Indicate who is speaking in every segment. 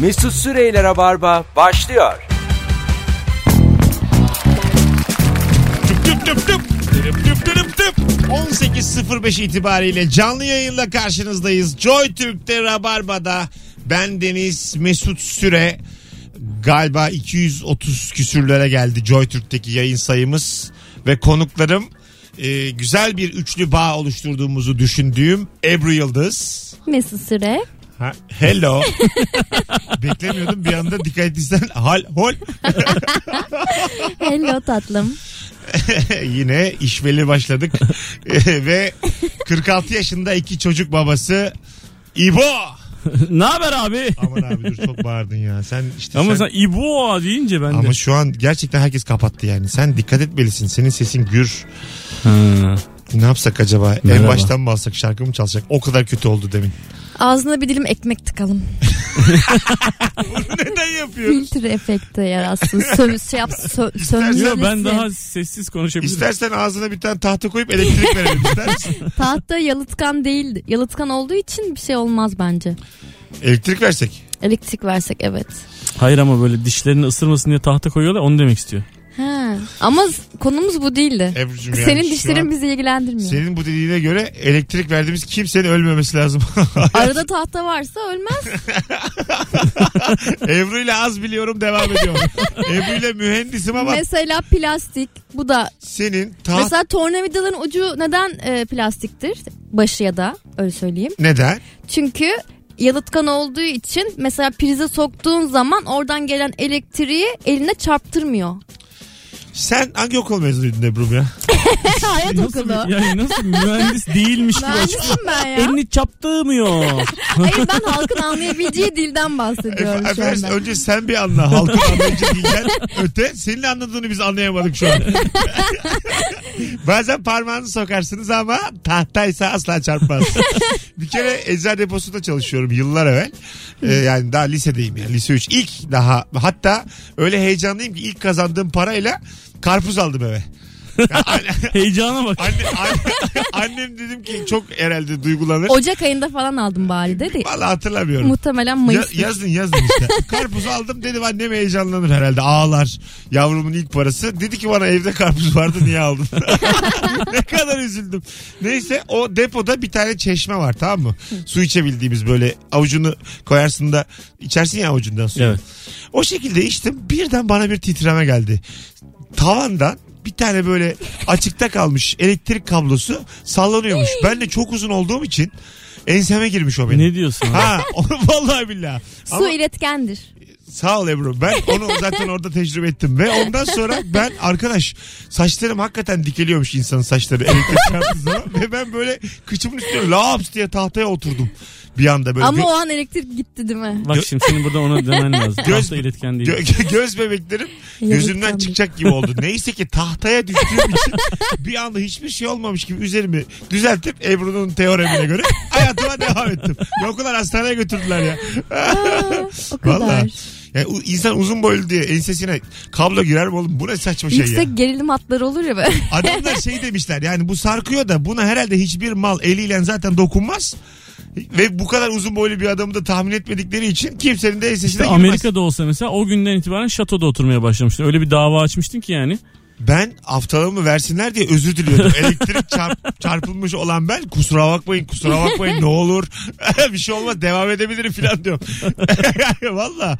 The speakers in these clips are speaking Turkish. Speaker 1: Mesut Süreyler'e barba başlıyor.
Speaker 2: Tüp tüp tüp tüp. Tüp tüp tüp tüp. 18.05 itibariyle canlı yayınla karşınızdayız. Joy Türk'te Rabarba'da ben Deniz Mesut Süre galiba 230 küsürlere geldi Joy Türk'teki yayın sayımız ve konuklarım e, güzel bir üçlü bağ oluşturduğumuzu düşündüğüm Ebru Yıldız.
Speaker 3: Mesut Süre.
Speaker 2: Ha, hello. Beklemiyordum bir anda dikkat ettiysen hal hol
Speaker 3: Hello tatlım.
Speaker 2: E, yine işveli başladık. E, ve 46 yaşında iki çocuk babası İbo.
Speaker 4: ne haber abi?
Speaker 2: Aman abi dur çok bağırdın ya. Sen işte
Speaker 4: Ama
Speaker 2: sen-
Speaker 4: sen İbo deyince ben de.
Speaker 2: Ama şu an gerçekten herkes kapattı yani. Sen dikkat etmelisin. Senin sesin gür.
Speaker 4: Ha.
Speaker 2: Ne yapsak acaba? En
Speaker 4: Merhaba.
Speaker 2: baştan mı alsak şarkı mı çalsak? O kadar kötü oldu demin.
Speaker 3: Ağzına bir dilim ekmek tıkalım.
Speaker 2: Neden yapıyorsun?
Speaker 3: Filtre efekti yaratsın. Sö şey yap, sö sömürülesin.
Speaker 4: Yo, ben daha sessiz konuşabilirim.
Speaker 2: İstersen ağzına bir tane tahta koyup elektrik verelim ister misin?
Speaker 3: Tahta yalıtkan değil. Yalıtkan olduğu için bir şey olmaz bence.
Speaker 2: Elektrik versek.
Speaker 3: Elektrik versek evet.
Speaker 4: Hayır ama böyle dişlerini ısırmasın diye tahta koyuyorlar onu demek istiyor.
Speaker 3: Ha. Ama s- konumuz bu değildi.
Speaker 2: Ebru'cum yani
Speaker 3: Senin
Speaker 2: şu
Speaker 3: dişlerin
Speaker 2: an-
Speaker 3: bizi ilgilendirmiyor.
Speaker 2: Senin bu dediğine göre elektrik verdiğimiz kimsenin ölmemesi lazım.
Speaker 3: Arada tahta varsa ölmez.
Speaker 2: Ebru ile az biliyorum devam ediyor. Ebru ile mühendisim ama
Speaker 3: Mesela plastik. Bu da
Speaker 2: senin taht...
Speaker 3: mesela tornavidaların ucu neden e, plastiktir? Başı ya da öyle söyleyeyim.
Speaker 2: Neden?
Speaker 3: Çünkü yalıtkan olduğu için mesela prize soktuğun zaman oradan gelen elektriği eline çarptırmıyor.
Speaker 2: Sen hangi okul mezunuydun Ebru'm ya?
Speaker 3: Hayat
Speaker 4: Nasıl,
Speaker 3: okulu.
Speaker 4: yani nasıl mühendis değilmiş gibi açık.
Speaker 3: Mühendisim ben ya.
Speaker 4: Elini çaptırmıyor.
Speaker 3: Hayır ben halkın anlayabileceği dilden bahsediyorum şu
Speaker 2: Efendim,
Speaker 3: anda.
Speaker 2: önce sen bir anla. Halkın anlayıcı dilden öte. Senin anladığını biz anlayamadık şu an. Bazen parmağını sokarsınız ama tahtaysa asla çarpmaz. bir kere eczane deposunda çalışıyorum yıllar evvel. Ee, yani daha lisedeyim yani lise 3. İlk daha hatta öyle heyecanlıyım ki ilk kazandığım parayla karpuz aldım eve. Ya anne-
Speaker 4: Heyecana bak.
Speaker 2: anne- anne- annem dedim ki çok herhalde duygulanır.
Speaker 3: Ocak ayında falan aldım bari dedi.
Speaker 2: Vallahi hatırlamıyorum.
Speaker 3: Muhtemelen
Speaker 2: Ya,
Speaker 3: Mayıs.
Speaker 2: yazın yazın işte. Karpuz aldım dedim annem heyecanlanır herhalde ağlar. Yavrumun ilk parası. Dedi ki bana evde karpuz vardı niye aldın? ne kadar üzüldüm. Neyse o depoda bir tane çeşme var tamam mı? Su içebildiğimiz böyle avucunu koyarsın da içersin ya avucundan suyu.
Speaker 4: Evet.
Speaker 2: O şekilde içtim birden bana bir titreme geldi. Tavandan bir tane böyle açıkta kalmış elektrik kablosu sallanıyormuş. Ben de çok uzun olduğum için enseme girmiş o benim.
Speaker 4: Ne diyorsun? abi?
Speaker 2: Ha o- vallahi billahi. Ama
Speaker 3: Su iletkendir.
Speaker 2: sağ ol Ebru. Ben onu zaten orada tecrübe ettim ve ondan sonra ben arkadaş saçlarım hakikaten dikeliyormuş insanın saçları elektrik çarptığı zaman ve ben böyle kıçımın üstüne laps diye tahtaya oturdum bir anda böyle.
Speaker 3: Ama
Speaker 2: Gö-
Speaker 3: o an elektrik gitti değil mi?
Speaker 4: Bak şimdi senin burada ona demen lazım.
Speaker 2: Göz-
Speaker 4: Göz, tahta iletken değil.
Speaker 2: gö- göz bebeklerim gözümden
Speaker 3: Yalıtkan bir-
Speaker 2: çıkacak gibi oldu. Neyse ki tahtaya düştüğüm için bir anda hiçbir şey olmamış gibi üzerimi düzeltip Ebru'nun teoremine göre hayatıma devam ettim. Ve o kadar hastaneye götürdüler ya.
Speaker 3: O kadar.
Speaker 2: Vallahi. şey Yani u- insan uzun boylu diye ensesine kablo girer mi oğlum? Bu ne saçma şey
Speaker 3: Yüksek
Speaker 2: ya.
Speaker 3: gerilim hatları olur ya böyle.
Speaker 2: Adamlar şey demişler yani bu sarkıyor da buna herhalde hiçbir mal eliyle zaten dokunmaz. Ve bu kadar uzun boylu bir adamı da tahmin etmedikleri için kimsenin de ensesine
Speaker 4: İşte
Speaker 2: girmez.
Speaker 4: Amerika'da olsa mesela o günden itibaren şatoda oturmaya başlamıştın. Öyle bir dava açmıştın ki yani.
Speaker 2: Ben haftalığımı versinler diye özür diliyordum. Elektrik çarp- çarpılmış olan ben kusura bakmayın kusura bakmayın ne olur bir şey olmaz devam edebilirim falan diyorum. Valla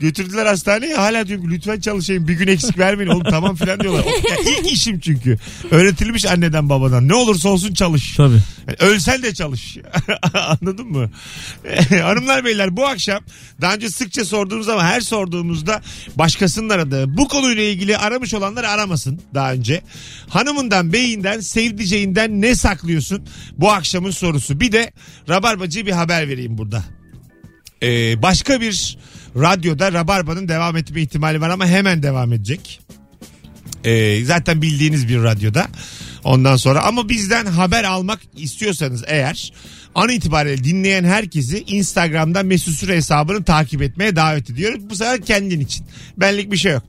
Speaker 2: götürdüler hastaneye hala diyorum ki, lütfen çalışayım bir gün eksik vermeyin oğlum tamam falan diyorlar. O- Ya ilk işim çünkü öğretilmiş anneden babadan ne olursa olsun çalış.
Speaker 4: Tabii.
Speaker 2: Yani ölsen de çalış. Anladın mı? Hanımlar beyler bu akşam daha önce sıkça sorduğumuz ama her sorduğumuzda başkasının aradığı bu konuyla ilgili aramış olanları aramasın daha önce. Hanımından, beyinden, sevdiceğinden ne saklıyorsun? Bu akşamın sorusu. Bir de Rabarbacı'ya bir haber vereyim burada. Ee, başka bir radyoda Rabarba'nın devam etme ihtimali var ama hemen devam edecek. Ee, zaten bildiğiniz bir radyoda. Ondan sonra ama bizden haber almak istiyorsanız eğer an itibariyle dinleyen herkesi Instagram'dan Mesut Süre hesabını takip etmeye davet ediyoruz. Bu sefer kendin için. Benlik bir şey yok.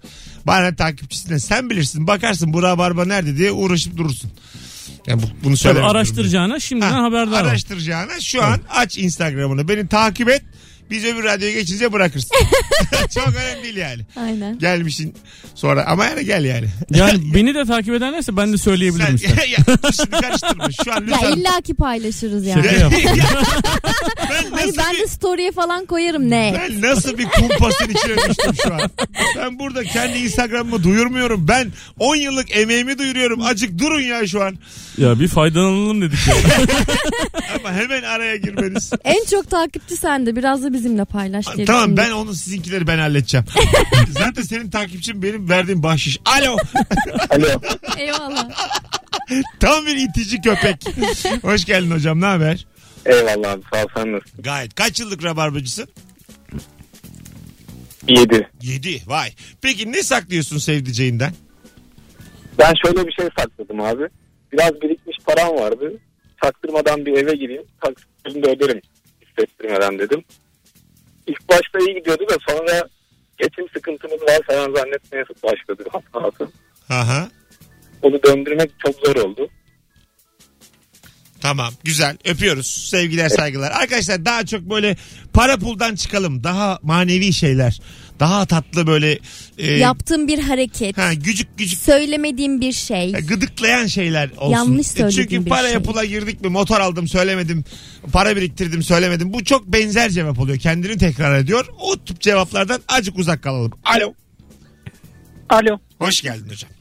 Speaker 2: Bana takipçisine sen bilirsin bakarsın bu rabarba nerede diye uğraşıp durursun. Yani bu- bunu söylemek
Speaker 4: Tabii
Speaker 2: zorundayım.
Speaker 4: araştıracağına şimdiden
Speaker 2: Ha,
Speaker 4: haberdar ol.
Speaker 2: Araştıracağına şu an aç Instagram'ını. Beni takip et. Biz öbür radyoya geçince bırakırsın. Çok önemli değil yani.
Speaker 3: Aynen.
Speaker 2: Gelmişsin sonra ama yani gel yani.
Speaker 4: Yani beni de takip ederlerse ben de
Speaker 2: Sen,
Speaker 4: söyleyebilirim işte.
Speaker 2: ya, şimdi karıştırma. Şu an
Speaker 3: Ya
Speaker 2: lütfen.
Speaker 3: illaki paylaşırız yani.
Speaker 2: Şey-
Speaker 4: Şaka yaptım.
Speaker 2: ben,
Speaker 3: Hayır
Speaker 2: nasıl
Speaker 3: ben
Speaker 2: bir,
Speaker 3: de story'e falan koyarım ne?
Speaker 2: ben nasıl bir kumpasın içine düştüm şu an. Ben burada kendi Instagram'ımı duyurmuyorum. Ben 10 yıllık emeğimi duyuruyorum. Acık durun ya şu an.
Speaker 4: Ya bir faydalanalım dedik ya.
Speaker 2: Ama hemen araya girmeniz.
Speaker 3: En çok takipçi sende. Biraz da bizimle paylaş diye
Speaker 2: Tamam
Speaker 3: düşündüm.
Speaker 2: ben onun sizinkileri ben halledeceğim. Zaten senin takipçin benim verdiğim bahşiş. Alo.
Speaker 5: Alo.
Speaker 3: Eyvallah.
Speaker 2: Tam bir itici köpek. Hoş geldin hocam ne haber?
Speaker 5: Eyvallah abi sağ ol sen nasılsın?
Speaker 2: Gayet. Kaç yıllık rabarbacısın?
Speaker 5: 7.
Speaker 2: 7. Vay. Peki ne saklıyorsun sevdiceğinden?
Speaker 5: Ben şöyle bir şey sakladım abi. Biraz birikmiş param vardı. Taktırmadan bir eve gireyim. Taksitlerini de öderim. Hissettirmeden dedim. İlk başta iyi gidiyordu da sonra geçim sıkıntımız var falan zannetmeye başladı hatası.
Speaker 2: Aha.
Speaker 5: Onu döndürmek çok zor oldu.
Speaker 2: Tamam güzel öpüyoruz sevgiler saygılar. Arkadaşlar daha çok böyle para puldan çıkalım daha manevi şeyler daha tatlı böyle e,
Speaker 3: Yaptığım bir hareket.
Speaker 2: ha, gücük gücük
Speaker 3: Söylemediğim bir şey.
Speaker 2: Ya gıdıklayan şeyler olsun.
Speaker 3: Yanlış
Speaker 2: E,
Speaker 3: söylediğim
Speaker 2: Çünkü
Speaker 3: bir
Speaker 2: para
Speaker 3: şey.
Speaker 2: yapıla girdik mi motor aldım söylemedim. Para biriktirdim söylemedim. Bu çok benzer cevap oluyor. Kendini tekrar ediyor. O tip cevaplardan acık uzak kalalım. Alo.
Speaker 6: Alo.
Speaker 2: Hoş geldin hocam.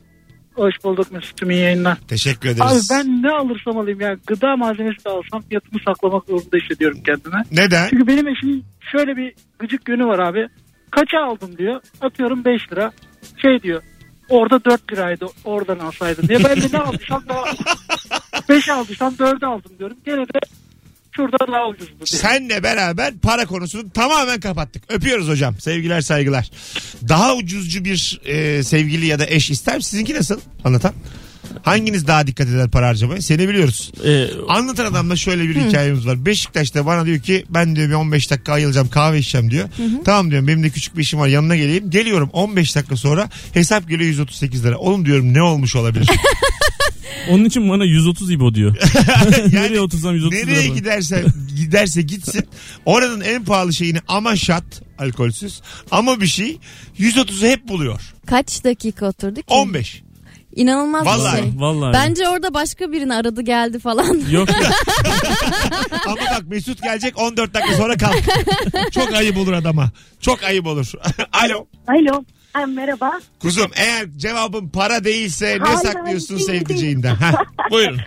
Speaker 6: Hoş bulduk Mesut'um iyi yayınlar.
Speaker 2: Teşekkür
Speaker 6: Abi
Speaker 2: ederiz.
Speaker 6: ben ne alırsam alayım ya gıda malzemesi de alsam fiyatımı saklamak zorunda hissediyorum kendime.
Speaker 2: Neden?
Speaker 6: Çünkü benim eşim şöyle bir gıcık yönü var abi. Kaça aldım diyor. Atıyorum 5 lira. Şey diyor. Orada 4 liraydı oradan alsaydın diye. Ben de ne aldıysam daha 5 aldıysam 4'e aldım diyorum. Gene de şurada daha ucuzdu. diyor.
Speaker 2: Senle beraber para konusunu tamamen kapattık. Öpüyoruz hocam. Sevgiler saygılar. Daha ucuzcu bir e, sevgili ya da eş ister misin? Sizinki nasıl? Anlatan. Hanginiz daha dikkat eder para harcamaya? Seni biliyoruz.
Speaker 4: Ee,
Speaker 2: Anlatan adamla şöyle bir hikayemiz var. Beşiktaş'ta bana diyor ki ben diyor bir 15 dakika ayılacağım kahve içeceğim diyor. Tamam diyorum benim de küçük bir işim var yanına geleyim. Geliyorum 15 dakika sonra hesap geliyor 138 lira. Oğlum diyorum ne olmuş olabilir?
Speaker 4: onun için bana 130 ibo diyor. nereye otursam 130 lira.
Speaker 2: Nereye
Speaker 4: bana.
Speaker 2: giderse giderse gitsin oranın en pahalı şeyini ama şat alkolsüz ama bir şey 130'u hep buluyor.
Speaker 3: Kaç dakika oturduk ki?
Speaker 2: 15.
Speaker 3: İnanılmaz
Speaker 2: Vallahi.
Speaker 3: bir şey.
Speaker 4: Vallahi.
Speaker 3: Bence orada başka birini aradı geldi falan.
Speaker 4: Yok
Speaker 2: Ama bak Mesut gelecek 14 dakika sonra kalk. Çok ayıp olur adama. Çok ayıp olur. Alo.
Speaker 7: Alo. Ha, merhaba.
Speaker 2: Kuzum eğer cevabın para değilse ne
Speaker 7: Hayır,
Speaker 2: saklıyorsun
Speaker 7: hayır, değil,
Speaker 2: sevdiceğinden? Heh, buyurun.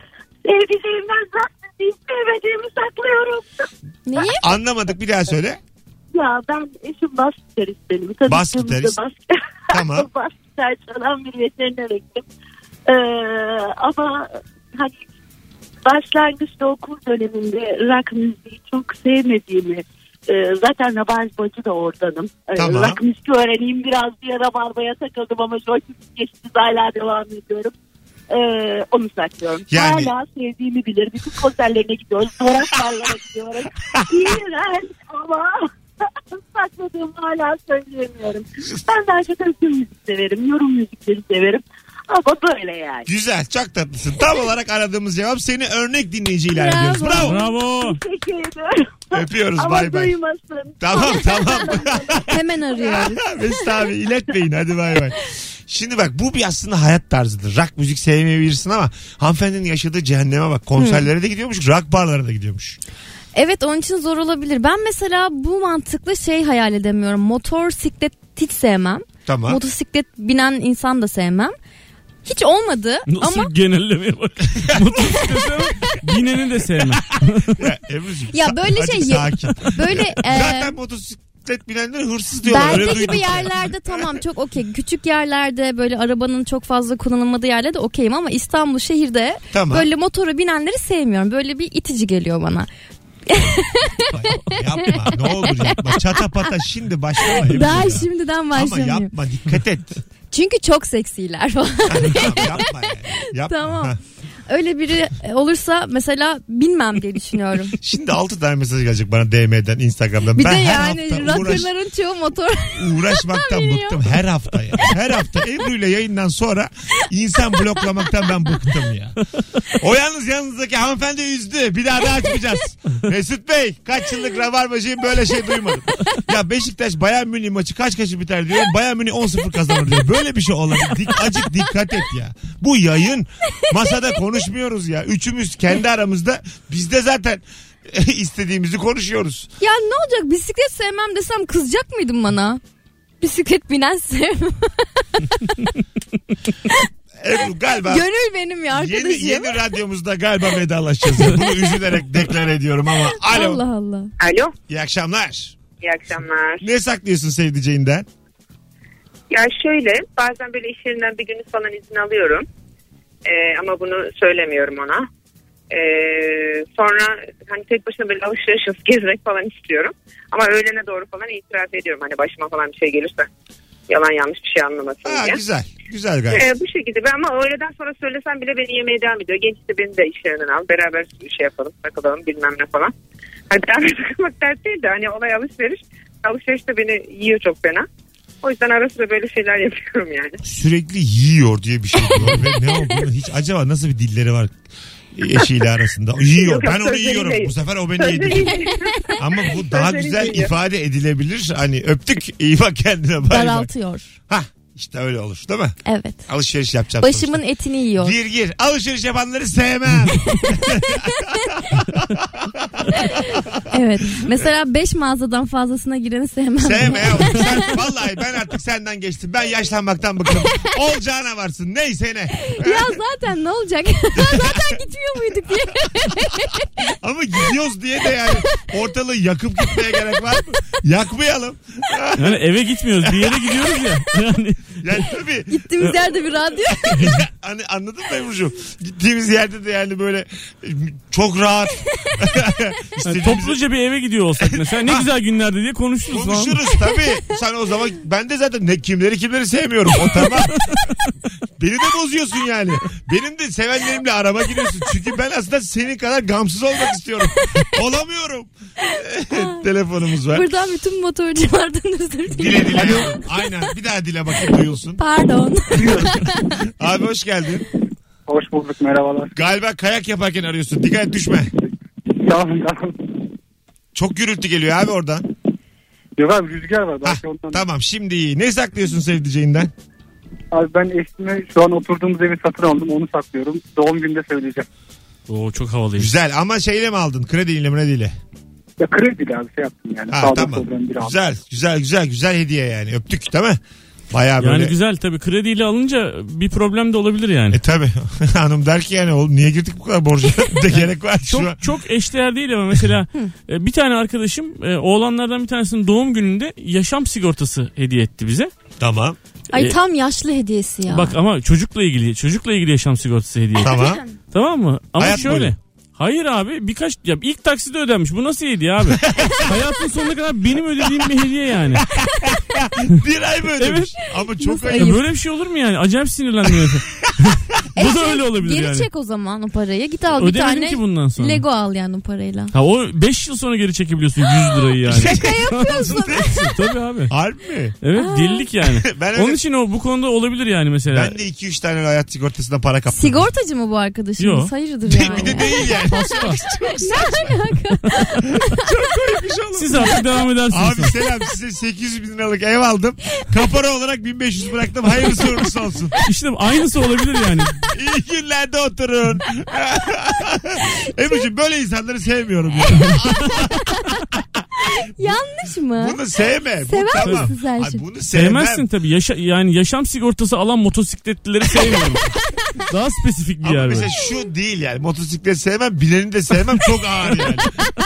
Speaker 7: Sevdiceğimden zaten hiç sevmediğimi saklıyorum.
Speaker 3: Neyi?
Speaker 2: Anlamadık bir daha söyle.
Speaker 7: Ya ben eşim bas gitarist benim. Tabii
Speaker 2: Bas
Speaker 7: ikimiz de
Speaker 2: gitarist.
Speaker 7: Bas,
Speaker 2: Tamam.
Speaker 7: bas gitar çalan bir veteriner hekim. Ee, ama hani başlangıçta okul döneminde rock müziği çok sevmediğimi e, zaten rabarbacı da oradanım. Ee,
Speaker 2: Tamam.
Speaker 7: Rock müziği öğreneyim biraz diye rabarbaya takıldım ama çok geçti hala devam ediyorum. Ee, onu saklıyorum.
Speaker 2: Yani-
Speaker 7: Hala sevdiğimi bilir. Bütün konserlerine gidiyoruz. Doraklarlara gidiyoruz. İğrenç ama sakladığımı hala söyleyemiyorum. Ben daha çok özgür müzik severim. Yorum müzikleri severim. Ama böyle yani.
Speaker 2: Güzel çok tatlısın. Tam olarak aradığımız cevap seni örnek dinleyici ilan
Speaker 3: Bravo.
Speaker 2: ediyoruz. Bravo.
Speaker 4: bravo.
Speaker 7: Teşekkür ediyorum.
Speaker 2: Öpüyoruz,
Speaker 7: Ama
Speaker 2: bay bay.
Speaker 7: duymasın.
Speaker 2: Tamam tamam.
Speaker 3: Hemen arıyoruz.
Speaker 2: Mesut abi iletmeyin hadi bay bay. Şimdi bak bu bir aslında hayat tarzıdır. Rock müzik sevmeyebilirsin ama hanımefendinin yaşadığı cehenneme bak. Konserlere de gidiyormuş, rock barlara da gidiyormuş.
Speaker 3: Evet onun için zor olabilir. Ben mesela bu mantıklı şey hayal edemiyorum. Motor, siklet hiç sevmem.
Speaker 2: Tamam.
Speaker 3: Motosiklet binen insan da sevmem. Hiç olmadı
Speaker 4: Nasıl
Speaker 3: ama
Speaker 4: genellemeye bak. Motosikleti sevmem, Bineni de sevmem.
Speaker 2: ya, Ebru'cum,
Speaker 3: Ya
Speaker 2: sa-
Speaker 3: böyle
Speaker 2: azıcık
Speaker 3: şey-
Speaker 2: e, Sakin.
Speaker 3: böyle e,
Speaker 2: Zaten motosiklet bilenler hırsız diyorlar. öyle
Speaker 3: Belde
Speaker 2: duydum.
Speaker 3: gibi yerlerde tamam çok okey. Küçük yerlerde böyle arabanın çok fazla kullanılmadığı yerlerde okeyim ama İstanbul şehirde
Speaker 2: Tamam.
Speaker 3: böyle motora binenleri sevmiyorum. Böyle bir itici geliyor bana.
Speaker 2: Yapma ne olur yapma. Çata pata şimdi başlama. Ebru
Speaker 3: Daha
Speaker 2: ya.
Speaker 3: şimdiden
Speaker 2: Ama
Speaker 3: başlamıyor.
Speaker 2: yapma dikkat et.
Speaker 3: Çünkü çok seksiler falan.
Speaker 2: tamam, yapma yani. Yapma.
Speaker 3: Tamam.
Speaker 2: Ha.
Speaker 3: öyle biri olursa mesela bilmem diye düşünüyorum.
Speaker 2: Şimdi 6 tane mesaj gelecek bana DM'den Instagram'dan.
Speaker 3: Bir
Speaker 2: ben
Speaker 3: de
Speaker 2: her
Speaker 3: yani
Speaker 2: hafta uğraş,
Speaker 3: rakırların çoğu motor.
Speaker 2: uğraşmaktan
Speaker 3: Biliyor.
Speaker 2: bıktım her hafta ya. Her hafta Ebru ile yayından sonra insan bloklamaktan ben bıktım ya. O yalnız yanınızdaki hanımefendi üzdü. Bir daha da açmayacağız. Mesut Bey kaç yıllık rabarbacıyım böyle şey duymadım. Ya Beşiktaş Bayern Münih maçı kaç kaçı biter diyor. Bayern Münih 10-0 kazanır diyor. Böyle bir şey olabilir. Dik, acık dikkat et ya. Bu yayın masada konuşmuyoruz ya. Üçümüz kendi aramızda biz de zaten istediğimizi konuşuyoruz.
Speaker 3: ya ne olacak bisiklet sevmem desem kızacak mıydın bana? Bisiklet binen sevmem.
Speaker 2: Ebru galiba
Speaker 3: Gönül benim ya arkadaşım.
Speaker 2: Yeni, yeni radyomuzda galiba vedalaşacağız. Bunu üzülerek deklar ediyorum ama. Alo.
Speaker 3: Allah Allah.
Speaker 8: Alo.
Speaker 2: İyi akşamlar.
Speaker 8: İyi akşamlar.
Speaker 2: Ne saklıyorsun sevdiceğinden?
Speaker 8: Ya şöyle bazen böyle iş yerinden bir günü falan izin alıyorum. Ee, ama bunu söylemiyorum ona. Ee, sonra hani tek başına böyle alışveriş yapıp gezmek falan istiyorum. Ama öğlene doğru falan itiraf ediyorum. Hani başıma falan bir şey gelirse yalan yanlış bir şey anlamasın
Speaker 2: Ha,
Speaker 8: diye.
Speaker 2: güzel. Güzel gayet.
Speaker 8: Ee, bu şekilde ben ama öğleden sonra söylesem bile beni yemeye devam ediyor. Genç de beni de işlerinden al. Beraber bir şey yapalım takılalım bilmem ne falan. Hani beraber takılmak dert değil de hani olay alışveriş. Alışveriş de beni yiyor çok fena. O yüzden ara sıra böyle şeyler yapıyorum yani.
Speaker 2: Sürekli yiyor diye bir şey diyor. Ve ne olduğunu hiç acaba nasıl bir dilleri var eşiyle arasında. Yiyor.
Speaker 8: Yok, yok,
Speaker 2: ben onu
Speaker 8: sözleri
Speaker 2: yiyorum.
Speaker 8: değil.
Speaker 2: Bu sefer o beni yedi. Ama bu daha
Speaker 8: Sözleri
Speaker 2: güzel
Speaker 8: değil.
Speaker 2: ifade edilebilir. Hani öptük. iyi bak kendine. Bay bay.
Speaker 3: Daraltıyor.
Speaker 2: Hah işte öyle olur değil mi?
Speaker 3: Evet.
Speaker 2: Alışveriş yapacağız.
Speaker 3: Başımın etini yiyor.
Speaker 2: Gir gir. Alışveriş yapanları sevmem.
Speaker 3: Evet. Mesela 5 mağazadan fazlasına gireni sevmem.
Speaker 2: Sevme yavrum. Sen, vallahi ben artık senden geçtim. Ben yaşlanmaktan bıktım. Olacağına varsın. Neyse ne.
Speaker 3: Ya zaten ne olacak? zaten gitmiyor muyduk diye.
Speaker 2: Ama gidiyoruz diye de yani ortalığı yakıp gitmeye gerek var mı? Yakmayalım.
Speaker 4: Yani eve gitmiyoruz bir yere gidiyoruz ya. Yani
Speaker 2: Yani tabii
Speaker 3: Gittiğimiz yerde bir radyo.
Speaker 2: hani anladın mı Ebru'cum? Gittiğimiz yerde de yani böyle çok rahat.
Speaker 4: Yani
Speaker 2: İstediğimizi
Speaker 4: topluca bir eve gidiyor olsak mesela ne güzel günlerde diye konuşuruz. falan.
Speaker 2: Konuşuruz tabii. Sen o zaman ben de zaten ne kimleri kimleri sevmiyorum. O tamam. Beni de bozuyorsun yani. Benim de sevenlerimle arama giriyorsun. Çünkü ben aslında senin kadar gamsız olmak istiyorum. Olamıyorum. Telefonumuz var.
Speaker 3: Buradan bütün motorculardan özür
Speaker 2: Dile
Speaker 3: dilerim.
Speaker 2: dile. yavrum. Aynen. Bir daha dile bakayım duyulsun.
Speaker 3: Pardon.
Speaker 2: Abi hoş geldin.
Speaker 6: Hoş bulduk merhabalar.
Speaker 2: Galiba kayak yaparken arıyorsun. Dikkat et, düşme.
Speaker 6: Tamam tamam.
Speaker 2: Çok gürültü geliyor abi oradan.
Speaker 6: Yok abi rüzgar
Speaker 2: Hah,
Speaker 6: var. Belki ondan.
Speaker 2: tamam şimdi iyi. Ne saklıyorsun sevdiceğinden?
Speaker 6: Abi ben eşime şu an oturduğumuz evi satın aldım onu saklıyorum. Doğum günde söyleyeceğim.
Speaker 4: Oo çok havalıyız.
Speaker 2: Güzel ama şeyle mi aldın? Krediyle mi krediyle?
Speaker 6: Ya kredi abi şey yaptım yani.
Speaker 2: Ha,
Speaker 6: Sağdan
Speaker 2: tamam.
Speaker 6: soldan bir aldım.
Speaker 2: Güzel güzel güzel güzel hediye yani. Öptük değil mi? Baya böyle.
Speaker 4: Yani güzel tabii krediyle alınca bir problem de olabilir yani.
Speaker 2: E tabi hanım der ki yani oğlum niye girdik bu kadar borca de gerek var şu an.
Speaker 4: Çok çok eşdeğer değil ama mesela e, bir tane arkadaşım e, oğlanlardan bir tanesinin doğum gününde yaşam sigortası hediye etti bize.
Speaker 2: Tamam
Speaker 3: Ay
Speaker 4: Ee,
Speaker 3: tam yaşlı hediyesi ya.
Speaker 4: Bak ama çocukla ilgili çocukla ilgili yaşam sigortası hediye etti.
Speaker 2: tamam.
Speaker 4: tamam mı? Ama
Speaker 2: Hayat
Speaker 4: şöyle.
Speaker 2: boyu.
Speaker 4: Hayır abi birkaç ya ilk takside ödenmiş. Bu nasıl hediye abi? Hayatın sonuna kadar benim ödediğim bir hediye yani.
Speaker 2: bir ay mı ödemiş? Ama çok
Speaker 3: Nasıl
Speaker 2: ayıp.
Speaker 4: Ya böyle bir şey olur mu yani? Acayip sinirlendim. herife. Bu da
Speaker 3: şey,
Speaker 4: öyle olabilir
Speaker 3: geri
Speaker 4: yani.
Speaker 3: çek o zaman o parayı. Git al bir
Speaker 4: Ödemedim
Speaker 3: tane
Speaker 4: ki bundan sonra.
Speaker 3: Lego al yani o parayla.
Speaker 4: Ha o 5 yıl sonra geri çekebiliyorsun 100 lirayı yani.
Speaker 2: Şaka
Speaker 4: yapıyorsun. Tabii abi.
Speaker 2: Harbi mi?
Speaker 4: Evet delilik yani.
Speaker 2: Ben öyle-
Speaker 4: Onun için o bu konuda olabilir yani mesela.
Speaker 2: Ben de 2-3 tane hayat sigortasından para kaptım.
Speaker 3: Sigortacı mı bu arkadaşımız?
Speaker 4: Yo.
Speaker 3: Hayırdır
Speaker 2: Bir-
Speaker 3: yani?
Speaker 2: Bir de değil yani.
Speaker 4: Hasta.
Speaker 2: Bir şey olmaz.
Speaker 4: Siz artık devam edersiniz.
Speaker 2: Abi selam size 800 bin liralık ev aldım. Kapora olarak 1500 bıraktım. Hayırlısı uğurlusu olsun.
Speaker 4: İşte aynısı olabilir yani.
Speaker 2: İyi günlerde oturun. Ebru'cum böyle insanları sevmiyorum. Ya.
Speaker 3: Yanlış mı?
Speaker 2: Bunu sevme. Bu
Speaker 3: Sever
Speaker 2: tamam.
Speaker 3: misin sen
Speaker 2: Ay,
Speaker 3: şimdi?
Speaker 2: bunu sevmem.
Speaker 4: Sevmezsin tabii. Yaşa, yani yaşam sigortası alan motosikletlileri sevmiyorum. Daha spesifik bir
Speaker 2: Ama
Speaker 4: yer.
Speaker 2: mesela
Speaker 4: var.
Speaker 2: şu değil yani motosiklet sevmem bileni de sevmem çok ağır yani.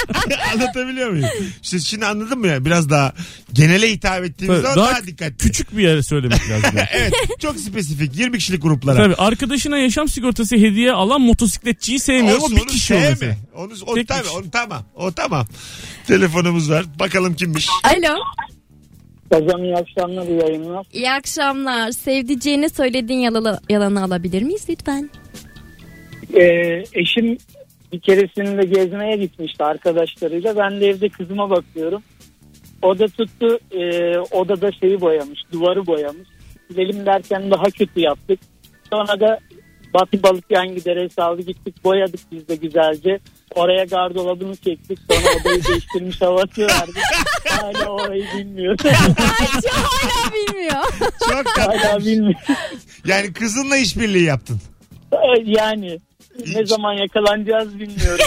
Speaker 2: Anlatabiliyor muyum? İşte şimdi anladın mı ya biraz daha genele hitap ettiğimiz
Speaker 4: Tabii,
Speaker 2: zaman daha,
Speaker 4: daha
Speaker 2: dikkatli.
Speaker 4: Küçük bir yere söylemek lazım. yani.
Speaker 2: Evet çok spesifik 20 kişilik gruplara.
Speaker 4: Tabii arkadaşına yaşam sigortası hediye alan motosikletçiyi sevmiyor ama
Speaker 2: Olsun,
Speaker 4: bir
Speaker 2: onu
Speaker 4: kişi
Speaker 2: sevme.
Speaker 4: olur. mesela.
Speaker 2: Onu, o,
Speaker 4: Tek
Speaker 2: tabii,
Speaker 4: kişi.
Speaker 2: onu tamam. O tamam. Telefonumuz var. Bakalım kimmiş.
Speaker 3: Alo.
Speaker 5: Hocam iyi akşamlar iyi yayınlar.
Speaker 3: İyi akşamlar. Sevdiceğine söylediğin yalalı, yalanı alabilir miyiz lütfen?
Speaker 9: Ee, eşim bir keresinde gezmeye gitmişti arkadaşlarıyla. Ben de evde kızıma bakıyorum. O da tuttu e, odada şeyi boyamış, duvarı boyamış. Silelim derken daha kötü yaptık. Sonra da Batı Balık yan giderek saldı gittik boyadık biz de güzelce. Oraya gardırobunu çektik sonra odayı değiştirmiş havası verdik. Hala orayı bilmiyor.
Speaker 3: Ayça hala bilmiyor.
Speaker 2: Çok
Speaker 9: Hala
Speaker 2: tatlı.
Speaker 9: bilmiyor.
Speaker 2: Yani kızınla işbirliği yaptın.
Speaker 9: Yani ne zaman yakalanacağız bilmiyorum.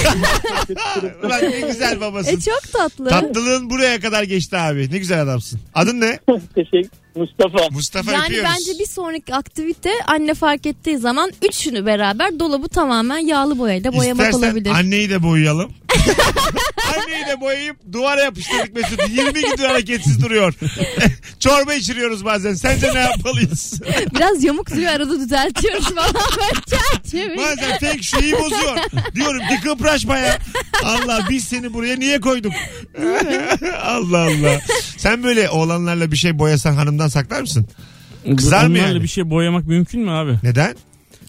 Speaker 2: Ulan ne güzel babasın.
Speaker 3: E çok tatlı.
Speaker 2: Tatlılığın buraya kadar geçti abi. Ne güzel adamsın. Adın ne?
Speaker 9: Teşekkür Mustafa.
Speaker 2: Mustafa
Speaker 3: yani
Speaker 2: öpüyoruz.
Speaker 3: bence bir sonraki aktivite anne fark ettiği zaman üçünü beraber dolabı tamamen yağlı boyayla boyamak
Speaker 2: İstersen
Speaker 3: olabilir.
Speaker 2: anneyi de boyayalım. anneyi de boyayıp duvara yapıştırdık Mesut. 20 gündür hareketsiz duruyor. Çorba içiriyoruz bazen. Sence ne yapmalıyız?
Speaker 3: Biraz yamuk duruyor arada düzeltiyoruz falan böyle çerçeveyi.
Speaker 2: bazen tek şeyi bozuyor. Diyorum ki kıpraşma ya. Allah biz seni buraya niye koyduk? Allah Allah. Sen böyle oğlanlarla bir şey boyasan hanımdan saklar mısın? Kızar mı
Speaker 4: Onlarla
Speaker 2: yani?
Speaker 4: bir şey boyamak mümkün mü abi?
Speaker 2: Neden?